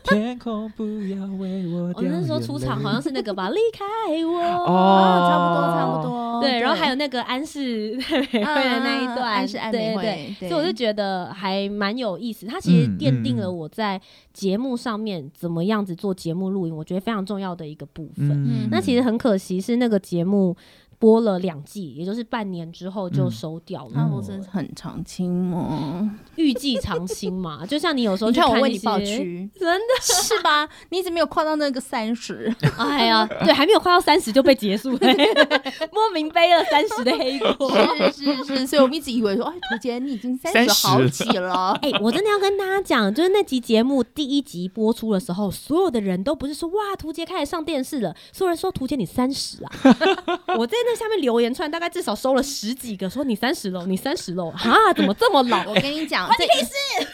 Speaker 2: 天空不要为我
Speaker 3: 我、
Speaker 2: 掉
Speaker 3: 哦那时候
Speaker 2: 眼
Speaker 3: 出场
Speaker 2: 泪
Speaker 3: 好像是那个吧，离开我。
Speaker 1: 啊，
Speaker 2: 哦，
Speaker 1: 差不多差不。多，嗯
Speaker 3: 对，然后还有那个安
Speaker 2: <laughs>
Speaker 3: 室奈美惠的那一
Speaker 2: 啊
Speaker 3: 段，
Speaker 1: 安是爱美
Speaker 3: 对对所
Speaker 1: 惠，
Speaker 3: 以我就觉得还蛮有意思。它其实
Speaker 2: 嗯
Speaker 3: 奠定
Speaker 2: 嗯
Speaker 3: 了
Speaker 2: 嗯
Speaker 3: 我在节目上面怎么样子做节目录影，我觉得非常重要的一个部分。
Speaker 2: 嗯
Speaker 3: 那其实很可惜是那个节目播了两季，也就是半年之后
Speaker 1: 嗯
Speaker 3: 就收掉了。嗯
Speaker 1: 他不啊哦是很常青哦。
Speaker 3: 预计长青嘛，就像你有时候
Speaker 1: 你
Speaker 3: 去
Speaker 1: 看我为
Speaker 3: 一
Speaker 1: 你
Speaker 3: 些，
Speaker 1: 抱，屈 <laughs>
Speaker 3: 真的，
Speaker 1: 是吧？你一直没有跨到那个三 <laughs> 十，
Speaker 3: 哎呀，对，还没有快到三十就被结束了， <laughs> 莫名背了三十的黑锅。
Speaker 1: 是是是，所以我们一直以为说，哎，涂姐你已经三
Speaker 2: 30
Speaker 1: 十好几 <laughs> 了。
Speaker 3: 哎、我真的要跟大家讲，就是那集节目第一集播出的时候，所有的人都不是说哇，图杰开始上电视了，所有人说图杰你三十啊。 <laughs> 我在那下面留言串，大概至少收了十几个，说你三十喽，你三十喽，啊，怎么这么老？
Speaker 1: 我跟你讲，这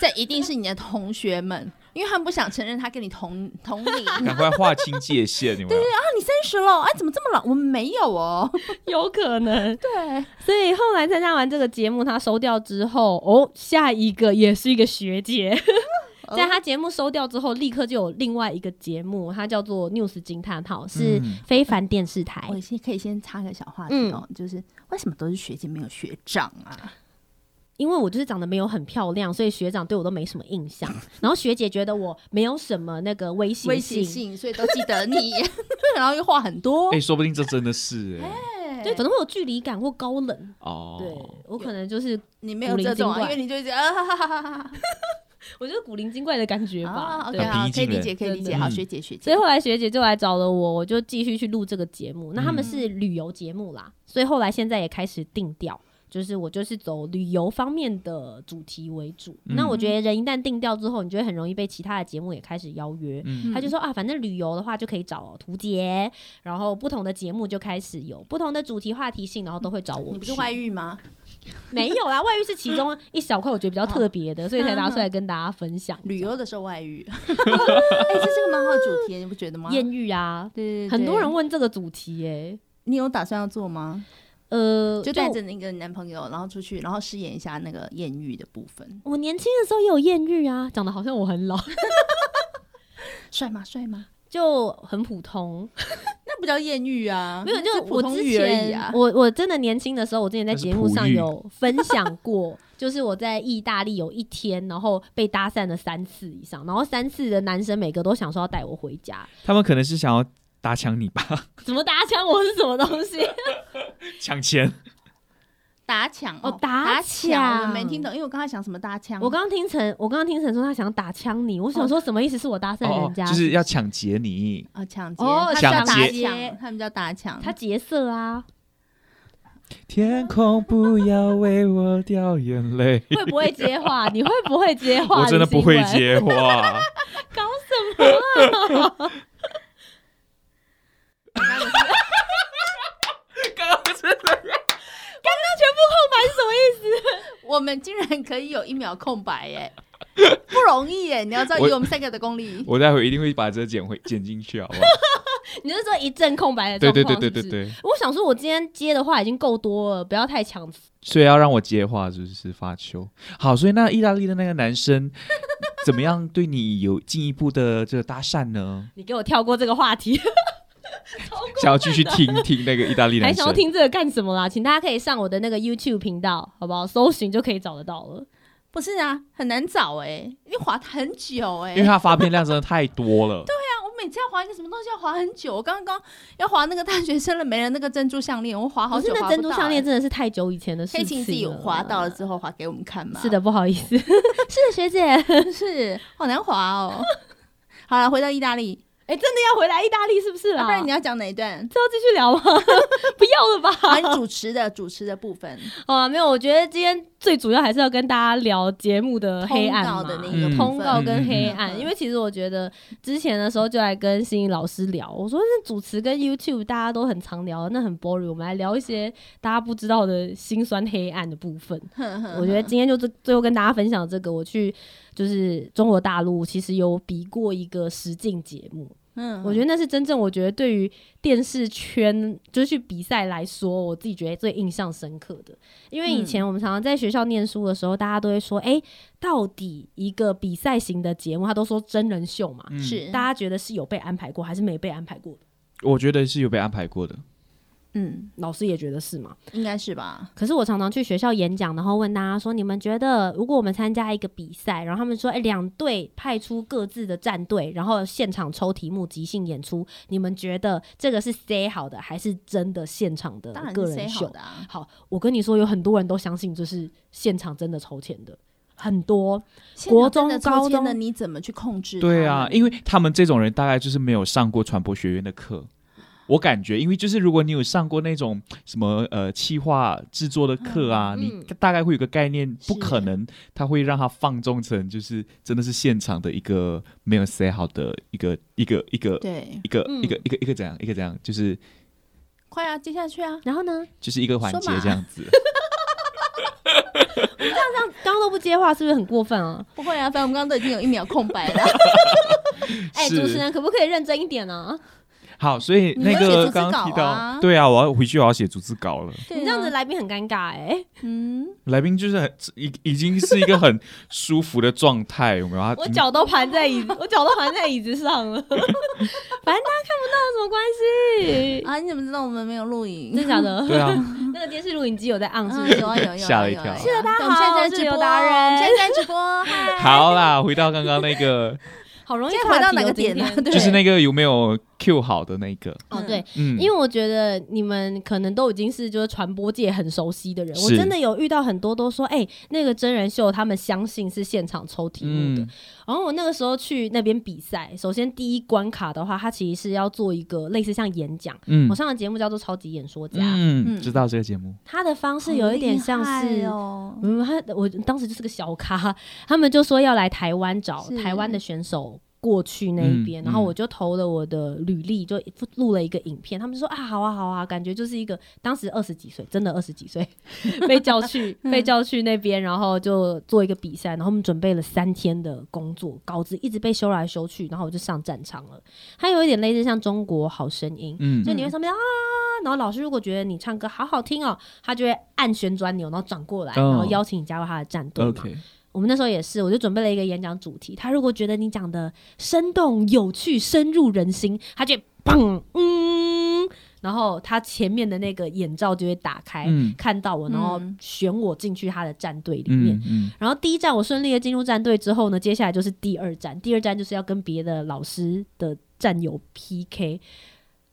Speaker 1: 这一定是你的同学们，因为他们不想承认他跟你同同龄。
Speaker 2: 赶
Speaker 1: <laughs> 啊，
Speaker 2: 快划清界限，
Speaker 3: <laughs>
Speaker 2: 你们
Speaker 1: 你三十了，啊，怎么这么老？我们没有哦。
Speaker 3: 有可能。
Speaker 1: 对，
Speaker 3: <laughs> 所以后来参加完这个节目，他收掉之后，哦，下一个也是一个学姐。 <laughs> 在他节目收掉之后，立刻就有另外一个节目，它叫做《News 惊叹号》，是
Speaker 2: 嗯
Speaker 3: 非凡电视台。
Speaker 1: 我先可以先插个小话题哦，就是为什么都是学姐没有学长啊？
Speaker 3: 因为我就是长得没有很漂亮，所以学长对我都没什么印象。 <laughs> 然后学姐觉得我没有什么那个威胁
Speaker 1: 威胁
Speaker 3: 性，
Speaker 1: 性，所以都记得你， <laughs> 然后又话很多
Speaker 2: 哎、。说不定这真的是
Speaker 3: <laughs>
Speaker 2: 哎、
Speaker 3: 对，可能会有距离感或高冷。
Speaker 2: 哦，
Speaker 3: 对我可能就是
Speaker 1: 你没有这种、啊，因为你就一直啊哈哈哈哈哈哈，
Speaker 3: 我觉得古灵精怪的感觉吧。
Speaker 1: 啊，OK，
Speaker 3: 对
Speaker 2: 要平
Speaker 1: 好，
Speaker 2: 易
Speaker 1: 可以
Speaker 2: 近
Speaker 1: 理
Speaker 2: 人
Speaker 1: 解，可以理解，
Speaker 3: 真
Speaker 2: 的
Speaker 1: 好，
Speaker 2: 嗯
Speaker 1: 学姐学
Speaker 3: 所以
Speaker 1: 姐，
Speaker 3: 后来学姐就来找了我，我就继续去录这个节目。那他
Speaker 1: 嗯
Speaker 3: 们是旅游节目啦，所以后来现在也开始定调，就是我就是走旅游方面的主题为主。
Speaker 2: 嗯
Speaker 3: 那我觉得人一旦定调之后，你就会很容易被其他的节目也开始邀约。
Speaker 2: 嗯
Speaker 3: 他就说啊，反正旅游的话就可以找图杰，然后不同的节目就开始有不同的主题话题性，然后都会找我去。
Speaker 1: 你不是外遇吗？
Speaker 3: 没有啦，外遇是其中一小块，我觉得比较特别的，所以才拿出来跟大家分享。
Speaker 1: <laughs> 旅游的时候外遇，哎，这是个蛮好的主题，你不觉得吗？
Speaker 3: 艳遇啊，
Speaker 1: 对对对，
Speaker 3: 很多人问这个主题耶、
Speaker 1: 你有打算要做吗？
Speaker 3: 呃，
Speaker 1: 就带着那个男朋友，然后出去，然后饰演一下那个艳遇的部分，
Speaker 3: 我年轻的时候也有艳遇啊，长得好像我很老，
Speaker 1: 帅吗？帅吗？
Speaker 3: <laughs> 就很普通，
Speaker 1: 那不叫艳遇啊，
Speaker 3: 没有
Speaker 1: 是
Speaker 3: 就
Speaker 1: 普
Speaker 3: 我
Speaker 1: 通
Speaker 3: 之
Speaker 1: 遇而已
Speaker 3: 前、
Speaker 1: 啊。
Speaker 3: 我我真的年轻的时候，我之前在
Speaker 2: 那是
Speaker 3: 节目上
Speaker 2: 璞玉
Speaker 3: 有分享过， <laughs> 就是我在意大利有一天，然后被搭讪了三次以上，然后三次的男生每个都想说要带我回家，
Speaker 2: 他们可能是想要打抢你吧，
Speaker 3: 怎么搭腔我是什么东 <laughs> 西？
Speaker 2: 抢钱。
Speaker 1: 打抢
Speaker 3: 哦打
Speaker 1: 打抢，我
Speaker 3: 抢
Speaker 1: 们没听懂，因为我刚才想什么打抢，
Speaker 3: 我刚刚听成，我刚刚听成说他想打枪你，我想说什么意思？是我搭讪
Speaker 2: 哦
Speaker 3: 人，家，
Speaker 2: 就是要抢劫你。
Speaker 1: 啊抢劫，
Speaker 3: 哦
Speaker 1: 他们叫
Speaker 2: 抢
Speaker 1: 打
Speaker 2: 劫
Speaker 1: 抢，他们叫打抢，
Speaker 3: 他劫色啊，
Speaker 2: 天空不要为我掉眼泪。
Speaker 3: 会不会接话？你会不会接话？
Speaker 2: <laughs> 我真的不
Speaker 3: 李
Speaker 2: 会
Speaker 3: 新文，
Speaker 2: 接话，
Speaker 3: <laughs> 搞什么？
Speaker 2: 刚刚真的
Speaker 3: 全部空白是什么意思？
Speaker 1: 我们竟然可以有一秒空白 <laughs> 耶，不容易耶！你要知道，
Speaker 2: 我
Speaker 1: 以我们三个的功力，
Speaker 2: 我待会一定会把这剪回剪进去，好不好？
Speaker 3: 你是说一阵空白的
Speaker 2: 对
Speaker 3: 状
Speaker 2: 对
Speaker 3: 况？
Speaker 2: 对对对
Speaker 3: 是不是。
Speaker 2: 对，
Speaker 3: 我想说，我今天接的话已经够多了，不要太强。
Speaker 2: 所以要让我接话，是不是发球？好，所以那意大利的那个男生怎么样对你有进一步的这个搭讪呢？
Speaker 3: 你给我跳过这个话题，
Speaker 2: 想要继续听听那个意大
Speaker 3: <laughs>
Speaker 2: 利
Speaker 3: 还
Speaker 2: 男
Speaker 3: 想
Speaker 2: 生
Speaker 3: 要，听这个干什么啦？请大家可以上我的那个 YouTube 频道，好不好？搜寻就可以找得到了。
Speaker 1: 不是啊，很难找哎，因为滑很久哎。
Speaker 2: 因为他发片量真的太多了。
Speaker 1: 我每次要滑一个什么东西要滑很久，我刚刚要滑那个大学生了没了那个珍珠项链，我滑好
Speaker 3: 可是
Speaker 1: 久滑
Speaker 3: 那
Speaker 1: 不
Speaker 3: 珍珠
Speaker 1: 到
Speaker 3: 项链
Speaker 1: 哎，
Speaker 3: 真的是太久以前的事
Speaker 1: 可以
Speaker 3: 情
Speaker 1: 请
Speaker 3: 了。
Speaker 1: 自己滑到了之后滑给我们看吗？
Speaker 3: 是，的，不好意思， <laughs> 是的，学姐，哎、
Speaker 1: 是好难滑哦。好了，回到意大利，
Speaker 3: 真的要回来意大利是不是
Speaker 1: 要
Speaker 3: 啦？
Speaker 1: 啊不
Speaker 3: <laughs>
Speaker 1: 然你要讲哪一 <laughs> 段？
Speaker 3: 这要继续聊吗？ <laughs> 不要了吧？
Speaker 1: 啊，你主持的主持的部分，
Speaker 3: 好啊，没有，我觉得今天最主要还是要跟大家聊节目的黑暗
Speaker 1: 通告
Speaker 3: 嘛
Speaker 1: 的那
Speaker 2: 个部
Speaker 3: 通告
Speaker 2: 分
Speaker 3: 跟黑
Speaker 1: 嗯嗯
Speaker 3: 暗，
Speaker 1: 嗯
Speaker 3: 因为其实我觉得之前的时候就来跟心怡老师聊，我说那主持跟 YouTube 大家都很常聊，那很 boring，我们来聊一些大家不知道的辛酸黑暗的部分。我
Speaker 1: 我
Speaker 3: 觉得今天就最最后跟大家分享这个，我去就是中国大陆其实有比过一个实境节目，
Speaker 1: 嗯
Speaker 3: 我觉得那是真正我觉得对于电视圈就是去比赛来说，我自己觉得最印象深刻的。因为以前我们常常在学校念书的时候，大家都会说，哎、到底一个比赛型的节目，他都说真人秀嘛，
Speaker 2: 嗯，
Speaker 1: 是
Speaker 3: 大，家觉得是有被安排过还是没被安排过？
Speaker 2: 我觉得是有被安排过的。
Speaker 1: 嗯，
Speaker 3: 老师也觉得是嘛。
Speaker 1: 应该是吧。
Speaker 3: 可是我常常去学校演讲，然后问大家说，你们觉得如果我们参加一个比赛，然后他们说，哎、两队派出各自的战队，然后现场抽题目即兴演出，你们觉得这个是 say 好的，还是真的现场的
Speaker 1: 当然
Speaker 3: 个
Speaker 1: 是 say
Speaker 3: 人秀
Speaker 1: 好？的啊，
Speaker 3: 好，我跟你说，有很多人都相信这是现场真的抽签的，很多国中
Speaker 1: 现场真的抽
Speaker 3: 高
Speaker 1: 签的
Speaker 3: 中
Speaker 1: 你怎么去控制？
Speaker 2: 对啊，，因为他们这种人大概就是没有上过传播学院的课。我感觉，因为就是如果你有上过那种什么呃企划制作的课啊，
Speaker 3: 嗯
Speaker 2: 你
Speaker 3: 嗯
Speaker 2: 大概会有个概念，
Speaker 1: 是
Speaker 2: 不可能他会让他放纵成就是真的是现场的一个没有 say 好的一个一个一个
Speaker 1: 对，
Speaker 2: 一个
Speaker 3: 嗯
Speaker 2: 一个一个一个怎样一个怎样，就是
Speaker 1: 快啊，接下去啊，
Speaker 3: 然后呢，
Speaker 2: 就是一个环节
Speaker 1: 说嘛
Speaker 2: 这样子。
Speaker 3: 刚刚都不接话，是不是很过分啊？
Speaker 1: 不会啊，反正我们刚刚都已经有一秒空白了。
Speaker 3: <laughs> 哎、
Speaker 2: 是
Speaker 3: 主持人可不可以认真一点啊呢、
Speaker 2: 好，所以
Speaker 1: <laughs> 你
Speaker 2: 那
Speaker 1: 要写逐
Speaker 2: 个
Speaker 1: 字
Speaker 2: 刚刚提
Speaker 1: 稿
Speaker 2: 到，
Speaker 1: 啊
Speaker 2: 对啊，我要回去我要写逐字稿了。
Speaker 3: 你这样子，来宾很尴尬哎、
Speaker 1: 嗯，
Speaker 2: 来宾就是很已已经是一个很舒服的状态，有没有？他
Speaker 3: <laughs> 我脚都盘在椅子，我脚都盘在椅子上了，反 <laughs> 正大家看不到有什么关
Speaker 1: <laughs>
Speaker 3: 系。
Speaker 1: 啊，你怎么知道我们没有录影？
Speaker 3: 真假的？
Speaker 2: 对啊，
Speaker 3: <laughs>
Speaker 2: <laughs>
Speaker 3: 那个电视录影机有在 on 是不
Speaker 1: 嗯，
Speaker 3: 是？
Speaker 1: <laughs> 有啊有啊有啊，
Speaker 2: 吓了一
Speaker 1: 有啊
Speaker 2: 跳
Speaker 1: 是的，大
Speaker 3: 家
Speaker 1: 我们现在
Speaker 3: 好
Speaker 1: 在
Speaker 3: 我是
Speaker 1: 直
Speaker 3: 刘
Speaker 1: 播，
Speaker 3: 达人 <laughs>
Speaker 1: 我们现在在直播，嗨，
Speaker 2: 好啦，回到刚刚那个
Speaker 3: 好容易
Speaker 1: 现在
Speaker 3: 岔
Speaker 1: 回到
Speaker 3: 题
Speaker 1: 哪
Speaker 3: 哦
Speaker 1: 个
Speaker 3: 今
Speaker 1: 点呢
Speaker 3: 天？
Speaker 1: 对，
Speaker 2: 就是那个有没有 Q 好的那个，
Speaker 3: 哦，对，
Speaker 2: 嗯，
Speaker 3: 因为我觉得你们可能都已经是就是传播界很熟悉的人，我
Speaker 2: 是
Speaker 3: 真的有遇到很多都说，哎、那个真人秀他们相信是现场抽题目的。
Speaker 2: 嗯
Speaker 3: 然后我那个时候去那边比赛，首先第一关卡的话，它其实是要做一个类似像演讲，
Speaker 2: 嗯
Speaker 3: 我上的节目叫做《超级演说家》，
Speaker 2: 嗯，
Speaker 1: 嗯
Speaker 2: 知道这个节目，
Speaker 3: 它的方式
Speaker 1: 好
Speaker 3: 有一点
Speaker 1: 厉
Speaker 3: 像
Speaker 1: 害
Speaker 3: 是。
Speaker 1: 哦，
Speaker 3: 嗯，他我当时就是个小咖，他们就说要来台湾找
Speaker 1: 是
Speaker 3: 台湾的选手过去那一边，
Speaker 2: 嗯
Speaker 3: 然后
Speaker 2: 嗯
Speaker 3: 我就投了我的履历，就录了一个影片。他们就说啊，好啊，好啊，感觉就是一个当时二十几岁，真的二十几岁 <laughs> 被叫去被叫去那边，然后就做一个比赛，然后我们准备了三天的工作，稿子一直被修来修去，然后我就上战场了。它有一点类似像中国好声音，
Speaker 2: 嗯
Speaker 3: 就你会上面啊，然后老师如果觉得你唱歌好好听哦，他就会按旋转钮，然后转过来，
Speaker 2: 哦
Speaker 3: 然后邀请你加入他的战队嘛。
Speaker 2: ，OK，
Speaker 3: 我们那时候也是，我就准备了一个演讲主题，他如果觉得你讲的生动有趣、深入人心，他就砰嗯，然后他前面的那个眼罩就会打开，
Speaker 2: 嗯
Speaker 3: 看到我，然后
Speaker 1: 嗯
Speaker 3: 选我进去他的战队里面。
Speaker 2: 嗯嗯
Speaker 3: 然后第一站我顺利的进入战队之后呢，接下来就是第二站，第二站就是要跟别的老师的战友 PK。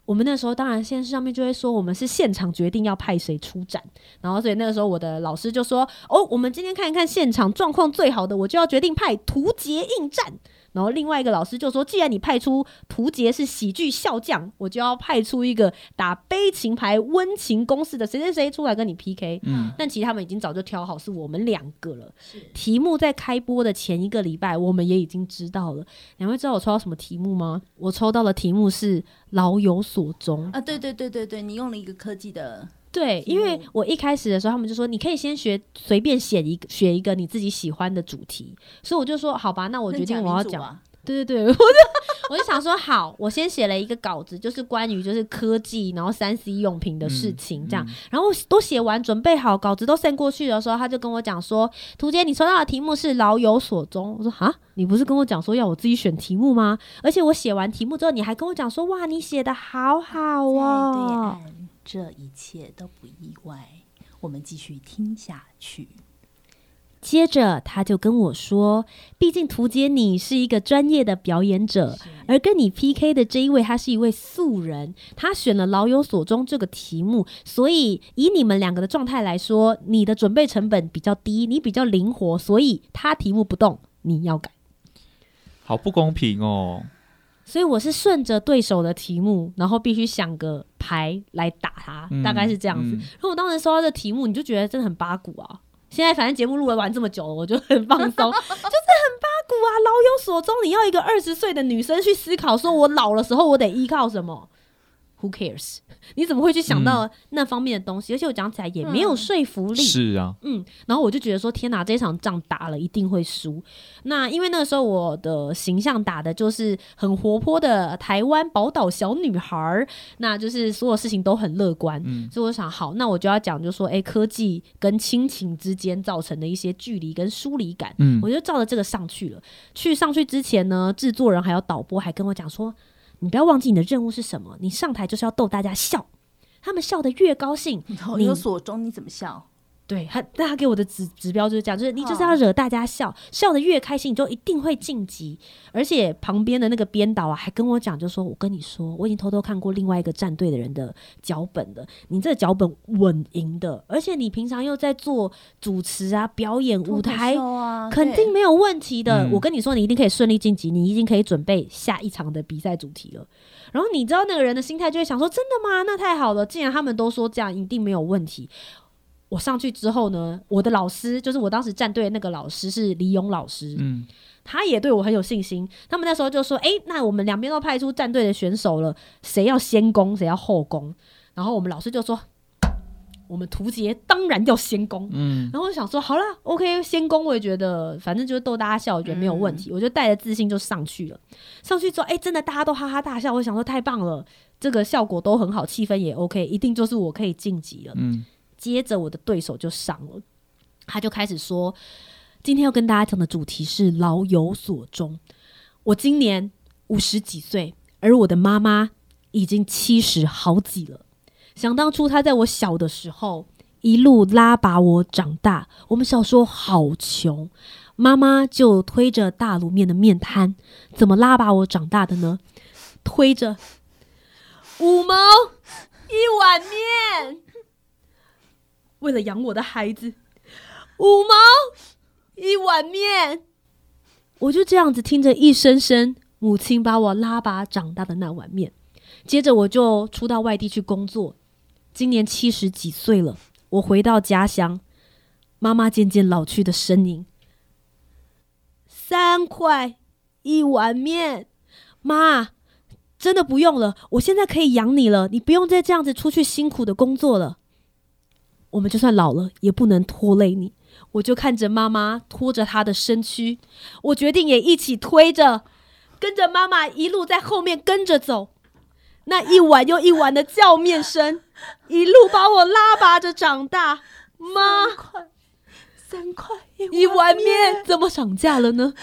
Speaker 3: 我们那时候当然现实上面就会说，我们是现场决定要派谁出战，然后所以那个时候我的老师就说，哦，我们今天看一看现场状况最好的，我就要决定派图杰应战。然后另外一个老师就说，既然你派出图杰是喜剧笑将，我就要派出一个打悲情牌温情攻势的谁谁谁出来跟你 PK。
Speaker 2: 嗯
Speaker 3: 但其实他们已经早就挑好是我们两个了。题目在开播的前一个礼拜，我们也已经知道了。两位知道我抽到什么题目吗？我抽到的题目是“老有所终
Speaker 1: 啊，对对对对对，你用了一个科技的”。
Speaker 3: 呃对，因为我一开始的时候，他们就说你可以先学随便写一个学一个你自己喜欢的主题，所以我就说好吧，那我决定我要
Speaker 1: 真假民主
Speaker 3: 讲。
Speaker 1: 啊
Speaker 3: 对对对， <laughs> 我就我就想说好，我先写了一个稿子，就是关于就是科技，然后三 C 用品的事
Speaker 2: 嗯
Speaker 3: 情这样。然后我都写完，准备好稿子都 send 过去的时候，他就跟我讲说：“图姐，你收到的题目是老有所终。”我说：“啊，你不是跟我讲说要我自己选题目吗？而且我写完题目之后，你还跟我讲说：‘哇，你写的好好哦。
Speaker 1: 在对岸，这一切都不意外。我们继续听下
Speaker 3: <laughs>
Speaker 1: 去。
Speaker 3: 接着他就跟我说：“毕竟图姐你是一个专业的表演者，而跟你 PK 的这一位，他是一位素人，他选了“老有所终”这个题目，所以以你们两个的状态来说，你的准备成本比较低，你比较灵活，所以他题目不动，你要改。
Speaker 2: 好不公平哦，
Speaker 3: 所以我是顺着对手的题目，然后必须想个牌来打他，
Speaker 2: 嗯
Speaker 3: 大概是这样子。
Speaker 2: 嗯
Speaker 3: 然后我当时收到这题目，你就觉得真的很八股啊。现在反正节目录了完这么久了，我就很放松，就是很八股啊，老有所终。你要一个二十岁的女生去思考，说我老的时候我得依靠什么？Who cares？你怎么会去想到那方面的东西？而且我讲起来也没有说服力。
Speaker 2: 嗯是啊，
Speaker 3: 嗯，然后我就觉得说，天哪，这场仗打了一定会输。那因为那个时候我的形象打的就是很活泼的台湾宝岛小女孩儿，那就是所有事情都很乐观。
Speaker 2: 嗯
Speaker 3: 所以我想，好，那我就要讲，就说，哎，科技跟亲情之间造成的一些距离跟疏离感，
Speaker 2: 嗯
Speaker 3: 我就照着这个上去了。去上去之前呢，制作人还有导播还跟我讲说，你不要忘记你的任务是什么，你上台就是要逗大家笑，他们笑得越高兴，
Speaker 1: 老有所终，你怎么笑？
Speaker 3: 对他，但他给我的指指标就是这样，就是你就是要惹大家笑，笑得越开心，你就一定会晋级。而且旁边的那个编导啊，还跟我讲，就说我跟你说，我已经偷偷看过另外一个战队的人的脚本了，你这个脚本稳赢的，而且你平常又在做主持啊、表演、舞台
Speaker 1: 脱口秀啊，
Speaker 3: 肯定
Speaker 1: 对
Speaker 3: 没有问题的。
Speaker 2: 嗯
Speaker 3: 我跟你说，你一定可以顺利晋级，你已经可以准备下一场的比赛主题了。然后你知道那个人的心态就会想说：真的吗？那太好了，既然他们都说这样，一定没有问题。我上去之后呢，我的老师就是我当时战队的那个老师是李勇老师，
Speaker 2: 嗯
Speaker 3: 他也对我很有信心。他们那时候就说：“诶，那我们两边都派出战队的选手了，谁要先攻，谁要后攻。”然后我们老师就说：“我们图杰当然要先攻。”
Speaker 2: 嗯
Speaker 3: 然后我想说，好啦，OK，先攻我也觉得，反正就是逗大家笑，我觉得没有问题，我就带着自信就上去了。上去之后，哎、真的大家都哈哈大笑，我想说太棒了，这个效果都很好，气氛也 OK，一定就是我可以晋级了。
Speaker 2: 嗯
Speaker 3: 接着我的对手就上了，他就开始说，今天要跟大家讲的主题是老有所终。我今年五十几岁，而我的妈妈已经七十好几了。想当初，她在我小的时候一路拉拔我长大。我们小时候好穷，妈妈就推着大卤面的面摊，怎么拉把我长大的呢？推着五毛一碗面，为了养我的孩子，五毛一碗面，我就这样子听着一声声母亲把我拉拔长大的那碗面，接着我就出到外地去工作，今年七十几岁了，我回到家乡，妈妈渐渐老去的身影，三块一碗面，妈。真的不用了，我现在可以养你了，你不用再这样子出去辛苦的工作了。我们就算老了，也不能拖累你。我就看着妈妈拖着她的身躯，我决定也一起推着，跟着妈妈一路在后面跟着走。那一碗又一碗的叫面声，一路把我拉拔着长大。妈，
Speaker 1: 三块一
Speaker 3: 啊一碗面怎么涨价了
Speaker 2: <laughs>
Speaker 3: 呢？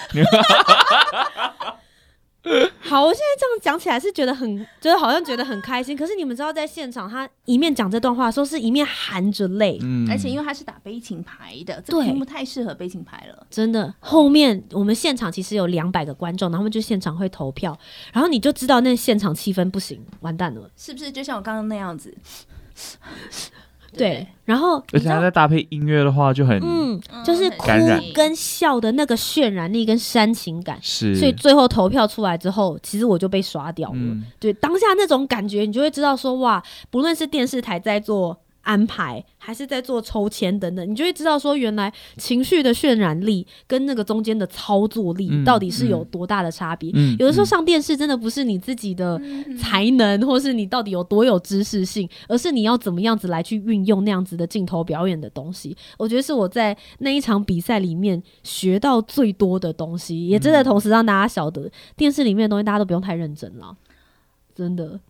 Speaker 3: 好，我现在这样讲起来是觉得很，就是好像觉得很开心。可是你们知道，在现场他一面讲这段话的时候，是一面含着泪，
Speaker 2: 嗯
Speaker 1: 而且因为它是打悲情牌的，这
Speaker 3: 对
Speaker 1: 个题目太适合悲情牌了。
Speaker 3: 真的。后面我们现场其实有两百个观众，然后他们就现场会投票，然后你就知道那现场气氛不行，完蛋了。
Speaker 1: 是不是就像我刚刚那样子？
Speaker 3: <laughs> 对，然后
Speaker 2: 而
Speaker 3: 你
Speaker 2: 且
Speaker 3: 知
Speaker 2: 它
Speaker 3: 道，
Speaker 2: 再搭配音乐的话，就很、
Speaker 3: 嗯，
Speaker 1: 嗯
Speaker 3: 就是
Speaker 1: 很
Speaker 3: 哭
Speaker 2: 感染
Speaker 3: 跟笑的那个渲染力跟煽情感。
Speaker 2: 是，
Speaker 3: 所以最后投票出来之后，其实我就被刷掉了。
Speaker 2: 嗯
Speaker 3: 对当下那种感觉，你就会知道说哇，不论是电视台在做安排，还是在做抽签等等，你就会知道说原来情绪的渲染力跟那个中间的操作力
Speaker 2: 嗯
Speaker 3: 到底是有多大的差别。
Speaker 2: 嗯
Speaker 3: 有的时候上电视真的不是你自己的
Speaker 1: 嗯
Speaker 3: 才能，或是你到底有多有知识性，而是你要怎么样子来去运用那样子的镜头表演的东西。我觉得是我在那一场比赛里面学到最多的东西，也真的同时让大家晓得电视里面的东西大家都不用太认真了，真的。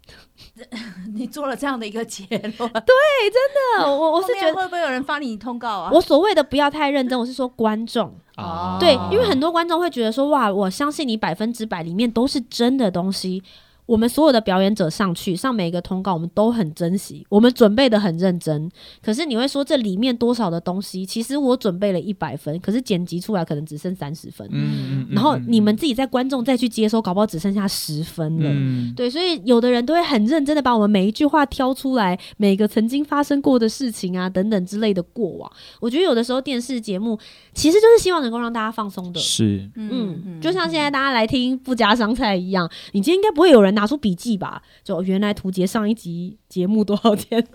Speaker 1: 你做了这样的一个结论，
Speaker 3: 真的，我我
Speaker 1: 我
Speaker 3: 是
Speaker 1: 是
Speaker 3: 觉
Speaker 1: 觉得
Speaker 3: 得。
Speaker 1: 会不会有人发你通告啊？
Speaker 3: 我所谓的不要太认真，我是说观众，
Speaker 2: 啊
Speaker 3: 对，因为很多观众会觉得说，哇，我相信你百分之百里面都是真的东西。我们所有的表演者上去上每一个通告，我们都很珍惜，我们准备的很认真。可是你会说这里面多少的东西？其实我准备了一百分，可是剪辑出来可能只剩三十分。
Speaker 2: 嗯，嗯
Speaker 3: 然后你们自己在观众再去接收，搞不好只剩下十分了。
Speaker 2: 嗯
Speaker 3: 对，所以有的人都会很认真的把我们每一句话挑出来，每个曾经发生过的事情啊，等等之类的过往。我觉得有的时候电视节目其实就是希望能够让大家放松的。
Speaker 2: 是
Speaker 3: 嗯，就像现在大家来听不加伤菜一样，你今天应该不会有人拿出笔记吧？就哦原来图杰上一集节目多少天？
Speaker 2: <laughs>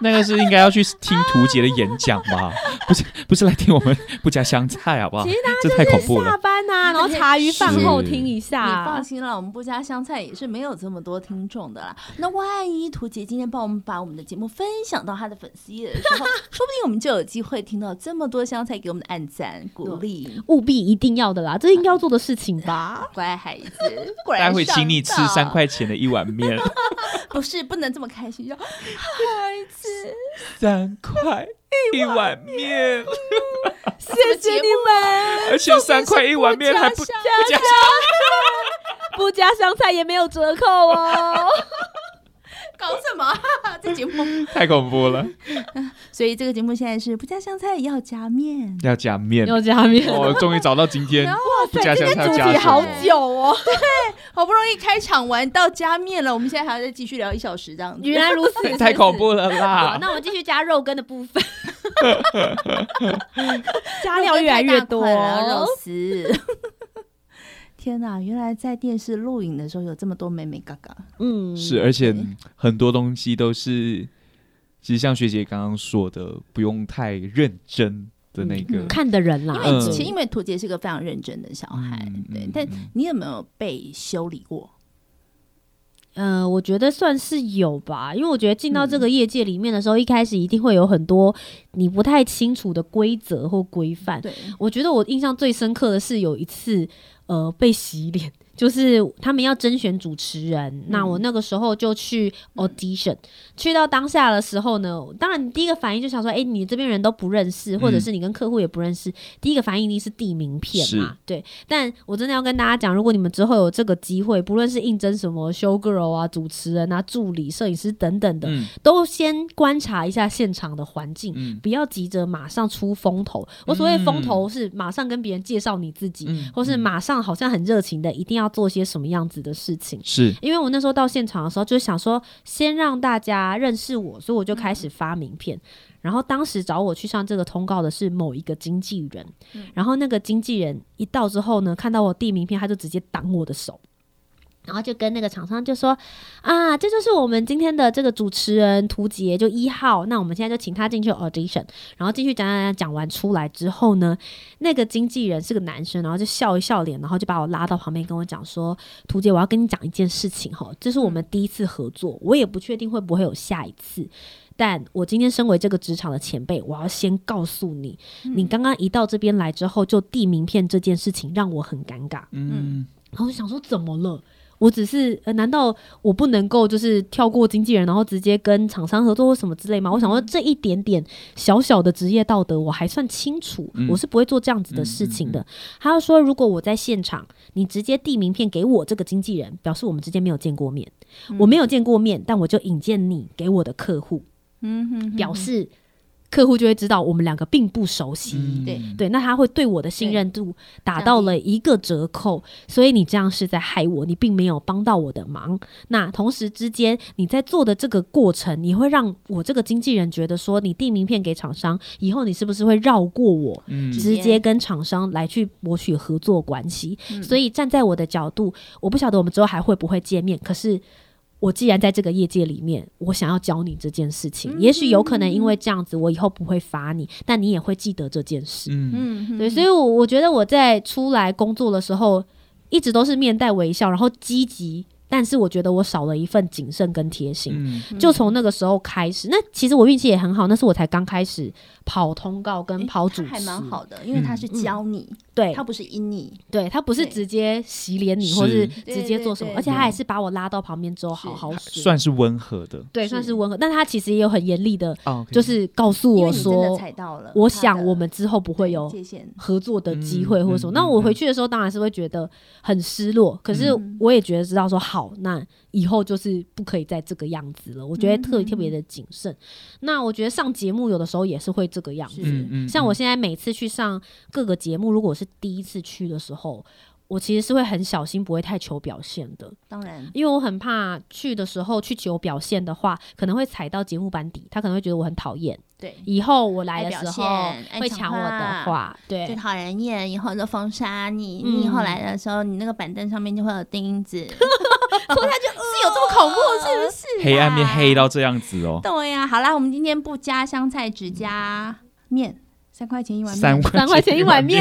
Speaker 2: 那个是应该要去听图杰的演讲 <laughs> 吧，不是不是来听我们 <laughs> 不加香菜好不好
Speaker 3: 其实？
Speaker 2: 这太恐怖
Speaker 3: <laughs> 下
Speaker 2: 了。
Speaker 3: 班呐、然后茶余饭后听一下
Speaker 1: 你放
Speaker 3: 啊。
Speaker 1: 心啦，我们不加香菜也是没有这么多听众的啦。那万一图姐今天帮我们把我们的节目分享到她的粉丝页的时候， <laughs> 说不定我们就有机会听到这么多香菜给我们的暗赞鼓励。
Speaker 3: 务必一定要的啦，这是应该要做的事情 <laughs> 吧？
Speaker 1: 乖孩子，
Speaker 3: <laughs>
Speaker 1: 果然
Speaker 2: 待会
Speaker 1: 上
Speaker 2: 请你吃
Speaker 1: 道
Speaker 2: 三，块钱的一碗 <laughs> 面，
Speaker 1: <laughs> 不是不能这么
Speaker 2: <laughs>
Speaker 1: 开心。要孩子，
Speaker 2: 三块一碗面，
Speaker 3: 谢谢你们，
Speaker 2: 而且三块一碗面还不不
Speaker 3: 啊
Speaker 2: 加
Speaker 3: <laughs> 不加香菜也没有折扣哦。
Speaker 1: 搞什么、啊？这节目，
Speaker 2: 太恐怖了，
Speaker 1: 所以这个节目现在是不加香菜要加面。
Speaker 2: 要加哦面。 <laughs>
Speaker 3: 又加面，
Speaker 2: 我终于找到今天
Speaker 1: 然后
Speaker 2: 不加香
Speaker 3: 今
Speaker 2: 菜
Speaker 3: 天主
Speaker 2: 要
Speaker 3: 题
Speaker 2: 加什
Speaker 3: 好
Speaker 2: 么？
Speaker 3: 久 <laughs> 哦。
Speaker 1: 好不容易开场完到加面了，我们现在还要再继续聊一小时这样子。
Speaker 3: 原来如此，
Speaker 2: <laughs> 太恐怖了
Speaker 3: 好，
Speaker 2: 啦！
Speaker 3: 那我们继续加肉羹的部 <laughs> 分，加
Speaker 1: 大
Speaker 3: 料越来越多，
Speaker 1: 肉丝。 <laughs> 天哪！原来在电视录影的时候有这么多美美嘎嘎，
Speaker 3: 嗯，
Speaker 2: 是，而且
Speaker 1: 对
Speaker 2: 很多东西都是，其实像学姐刚刚说的，不用太认真的那个
Speaker 1: 嗯，
Speaker 3: 看的人啦
Speaker 1: 因，为、
Speaker 2: 嗯
Speaker 1: 其实因为图杰是个非常认真的小孩，
Speaker 2: 嗯
Speaker 1: 对
Speaker 2: 嗯。
Speaker 1: 但
Speaker 2: 嗯
Speaker 1: 你有没有被修理过？
Speaker 3: 嗯，我觉得算是有吧，因为我觉得进到这个业界里面的时候，一开始一定会有很多你不太清楚的规则或规范。
Speaker 1: 对，
Speaker 3: 我觉得我印象最深刻的是有一次，呃，被洗脸， <laughs> 就是他们要甄选主持人，那我那个时候就去 audition，、去到当下的时候呢，当然你第一个反应就想说，哎、你这边人都不认识，或者是你跟客户也不认识，第一个反应一定是递名片嘛，对。但我真的要跟大家讲，如果你们之后有这个机会，不论是应征什么 show girl 啊、主持人啊、助理、摄影师等等的，
Speaker 2: 嗯
Speaker 3: 都先观察一下现场的环境，
Speaker 2: 嗯
Speaker 3: 不要急着马上出风头。我所谓风头是马上跟别人介绍你自己，
Speaker 2: 嗯
Speaker 3: 或是马上好像很热情的一定要做些什么样子的事情。
Speaker 2: 是
Speaker 3: 因为我那时候到现场的时候，就想说先让大家认识我，所以我就开始发名片。然后当时找我去上这个通告的是某一个经纪人，然后那个经纪人一到之后呢，看到我递名片，他就直接挡我的手。然后就跟那个厂商就说啊，这就是我们今天的这个主持人涂杰，就一号。那我们现在就请他进去 audition，然后进去讲讲讲讲完出来之后呢，那个经纪人是个男生，然后就笑一笑脸，然后就把我拉到旁边跟我讲说，图姐，我要跟你讲一件事情哈，这是
Speaker 2: 嗯
Speaker 3: 我们第一次合作，我也不确定会不会有下一次。但我今天身为这个职场的前辈，我要先告诉你，
Speaker 2: 嗯
Speaker 3: 你刚刚一到这边来之后就递名片这件事情让我很尴尬。
Speaker 2: 嗯
Speaker 3: 然后我就想说，怎么了？我只是，呃，难道我不能够就是跳过经纪人，然后直接跟厂商合作或什么之类吗？我想
Speaker 2: 嗯
Speaker 3: 说这一点点小小的职业道德，我还算清楚，
Speaker 2: 嗯
Speaker 3: 我是不会做这样子的事情
Speaker 1: 嗯
Speaker 3: 的。他又说，如果我在现场，你直接递名片给我这个经纪人，表示我们之间没有见过面。我没有见过面，但我就引荐你给我的客户，
Speaker 1: 嗯哼哼，
Speaker 3: 表示客户就会知道我们两个并不熟悉。
Speaker 2: 嗯
Speaker 1: 对
Speaker 3: 对，那他会对我的信任度打到了一个折扣，所以你这样是在害我，你并没有帮到我的忙。那同时之间，你在做的这个过程，你会让我这个经纪人觉得说，你递名片给厂商以后，你是不是会绕过我，
Speaker 2: 嗯
Speaker 3: 直
Speaker 1: 直
Speaker 3: 接
Speaker 1: 接
Speaker 3: 跟厂商来去博取合作关系？
Speaker 1: 嗯
Speaker 3: 所以站在我的角度，我不晓得我们之后还会不会见面，可是。我既然在这个业界里面，我想要教你这件事情，
Speaker 1: 嗯
Speaker 3: 也许有可能因为这样子，我以后不会罚你，但你也会记得这件事。
Speaker 2: 嗯
Speaker 1: 嗯哼
Speaker 3: 对，所以我我觉得我在出来工作的时候，一直都是面带微笑，然后积极，但是我觉得我少了一份谨慎跟贴心。
Speaker 2: 嗯
Speaker 3: 就从那个时候开始，那其实我运气也很好，那是我才刚开始跑通告跟
Speaker 1: 诶
Speaker 3: 跑主
Speaker 1: 他
Speaker 3: 持，
Speaker 1: 还蛮好的，因为他是
Speaker 3: 嗯
Speaker 1: 教你，
Speaker 3: 对
Speaker 1: 他不是因你，
Speaker 3: 对，他不是
Speaker 1: 对
Speaker 3: 直接洗脸你，
Speaker 2: 是嗯
Speaker 3: 或是
Speaker 1: 对
Speaker 3: 直接做什么，
Speaker 1: 对对
Speaker 3: 而且他也是把我拉到旁边之后好
Speaker 1: 是
Speaker 3: 好说，
Speaker 2: 算是温和的
Speaker 3: 对，
Speaker 1: 是
Speaker 3: 算是温和，但他其实也有很严厉的，
Speaker 2: 哦，OK
Speaker 3: 就是告诉
Speaker 1: 因
Speaker 3: 我
Speaker 1: 为你真的
Speaker 3: 说，
Speaker 1: 踩到了他的。
Speaker 3: 我想我们之后不会有
Speaker 1: 界限，
Speaker 3: 合作的机会
Speaker 2: 嗯
Speaker 3: 或者什么。
Speaker 2: 嗯
Speaker 3: 那
Speaker 2: 嗯
Speaker 3: 我回去的时候当然是会觉得很失落，可是
Speaker 1: 嗯
Speaker 3: 我也觉得知道说好，那以后就是不可以再这个样子了。我觉得特
Speaker 1: 嗯嗯嗯
Speaker 3: 特别的谨慎。那我觉得上节目有的时候也是会这个样子，
Speaker 1: 是
Speaker 2: 嗯嗯，
Speaker 3: 像我现在每次去上各个节目，如果我是第一次去的时候。我其实是会很小心，不会太求表现的，
Speaker 1: 当然
Speaker 3: 因为我很怕去的时候去求表现的话，可能会踩到节目班底，他可能会觉得我很讨厌。
Speaker 1: 对，
Speaker 3: 以后我来
Speaker 1: 爱
Speaker 3: 的
Speaker 1: 表
Speaker 3: 时候
Speaker 1: 现嗯爱
Speaker 3: 会
Speaker 1: 讲
Speaker 3: 抢我的
Speaker 1: 话
Speaker 3: 话，对，
Speaker 1: 最讨人厌，以后就封杀你。
Speaker 3: 嗯
Speaker 1: 你以后来的时候，你那个板凳上面就会有
Speaker 3: <laughs>
Speaker 1: 钉子，
Speaker 3: 是有这么恐怖是不是？
Speaker 2: 黑暗面黑到这样子哦，
Speaker 1: 对呀、好啦，我们今天不加香菜，只加面，三块钱一碗面，
Speaker 2: 三
Speaker 3: 三块钱一碗面，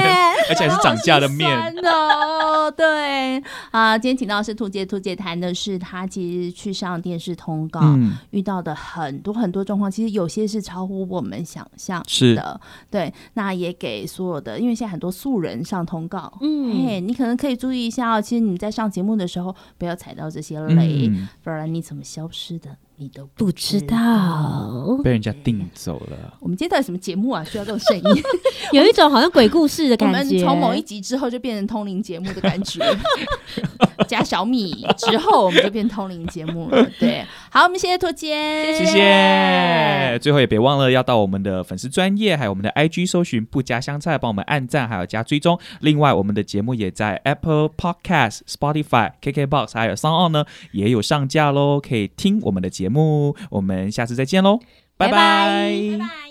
Speaker 2: 而且还是涨价的面，
Speaker 1: 真的哦，对啊、今天请到的是兔姐，兔姐谈的是她其实去上电视通告、
Speaker 2: 嗯，
Speaker 1: 遇到的很多很多状况，其实有些是超乎我们想象
Speaker 2: 是
Speaker 1: 的。对，那也给所有的，因为现在很多素人上通告，
Speaker 3: 嗯，
Speaker 1: 嘿，你可能可以注意一下哦。其实你在上节目的时候，不要踩到这些雷，
Speaker 2: 嗯
Speaker 1: 不然你怎么消失的，你都
Speaker 3: 不
Speaker 1: 不
Speaker 3: 知
Speaker 1: 知
Speaker 3: 道
Speaker 1: 道。，
Speaker 2: 被人家定走了，
Speaker 1: 我们今天到底什么节目啊？需要这种声音？
Speaker 3: 有一种好像鬼故事的
Speaker 1: 我
Speaker 3: 感
Speaker 1: 们
Speaker 3: 觉。
Speaker 1: 从某一集之后就变成通灵节目的感觉，加小米之后我们就变通灵节目了。对，好，我们谢谢托杰，
Speaker 2: 谢谢。最后也别忘了要到我们的粉丝专业，还有我们的 IG 搜寻不加香菜，帮我们按赞，还有加追踪。另外，我们的节目也在 Apple Podcast、Spotify、KKBox 还有 s o n On 呢也有上架喽，可以听我们的节目。我们下次再见喽，拜
Speaker 3: 拜拜
Speaker 1: 拜拜。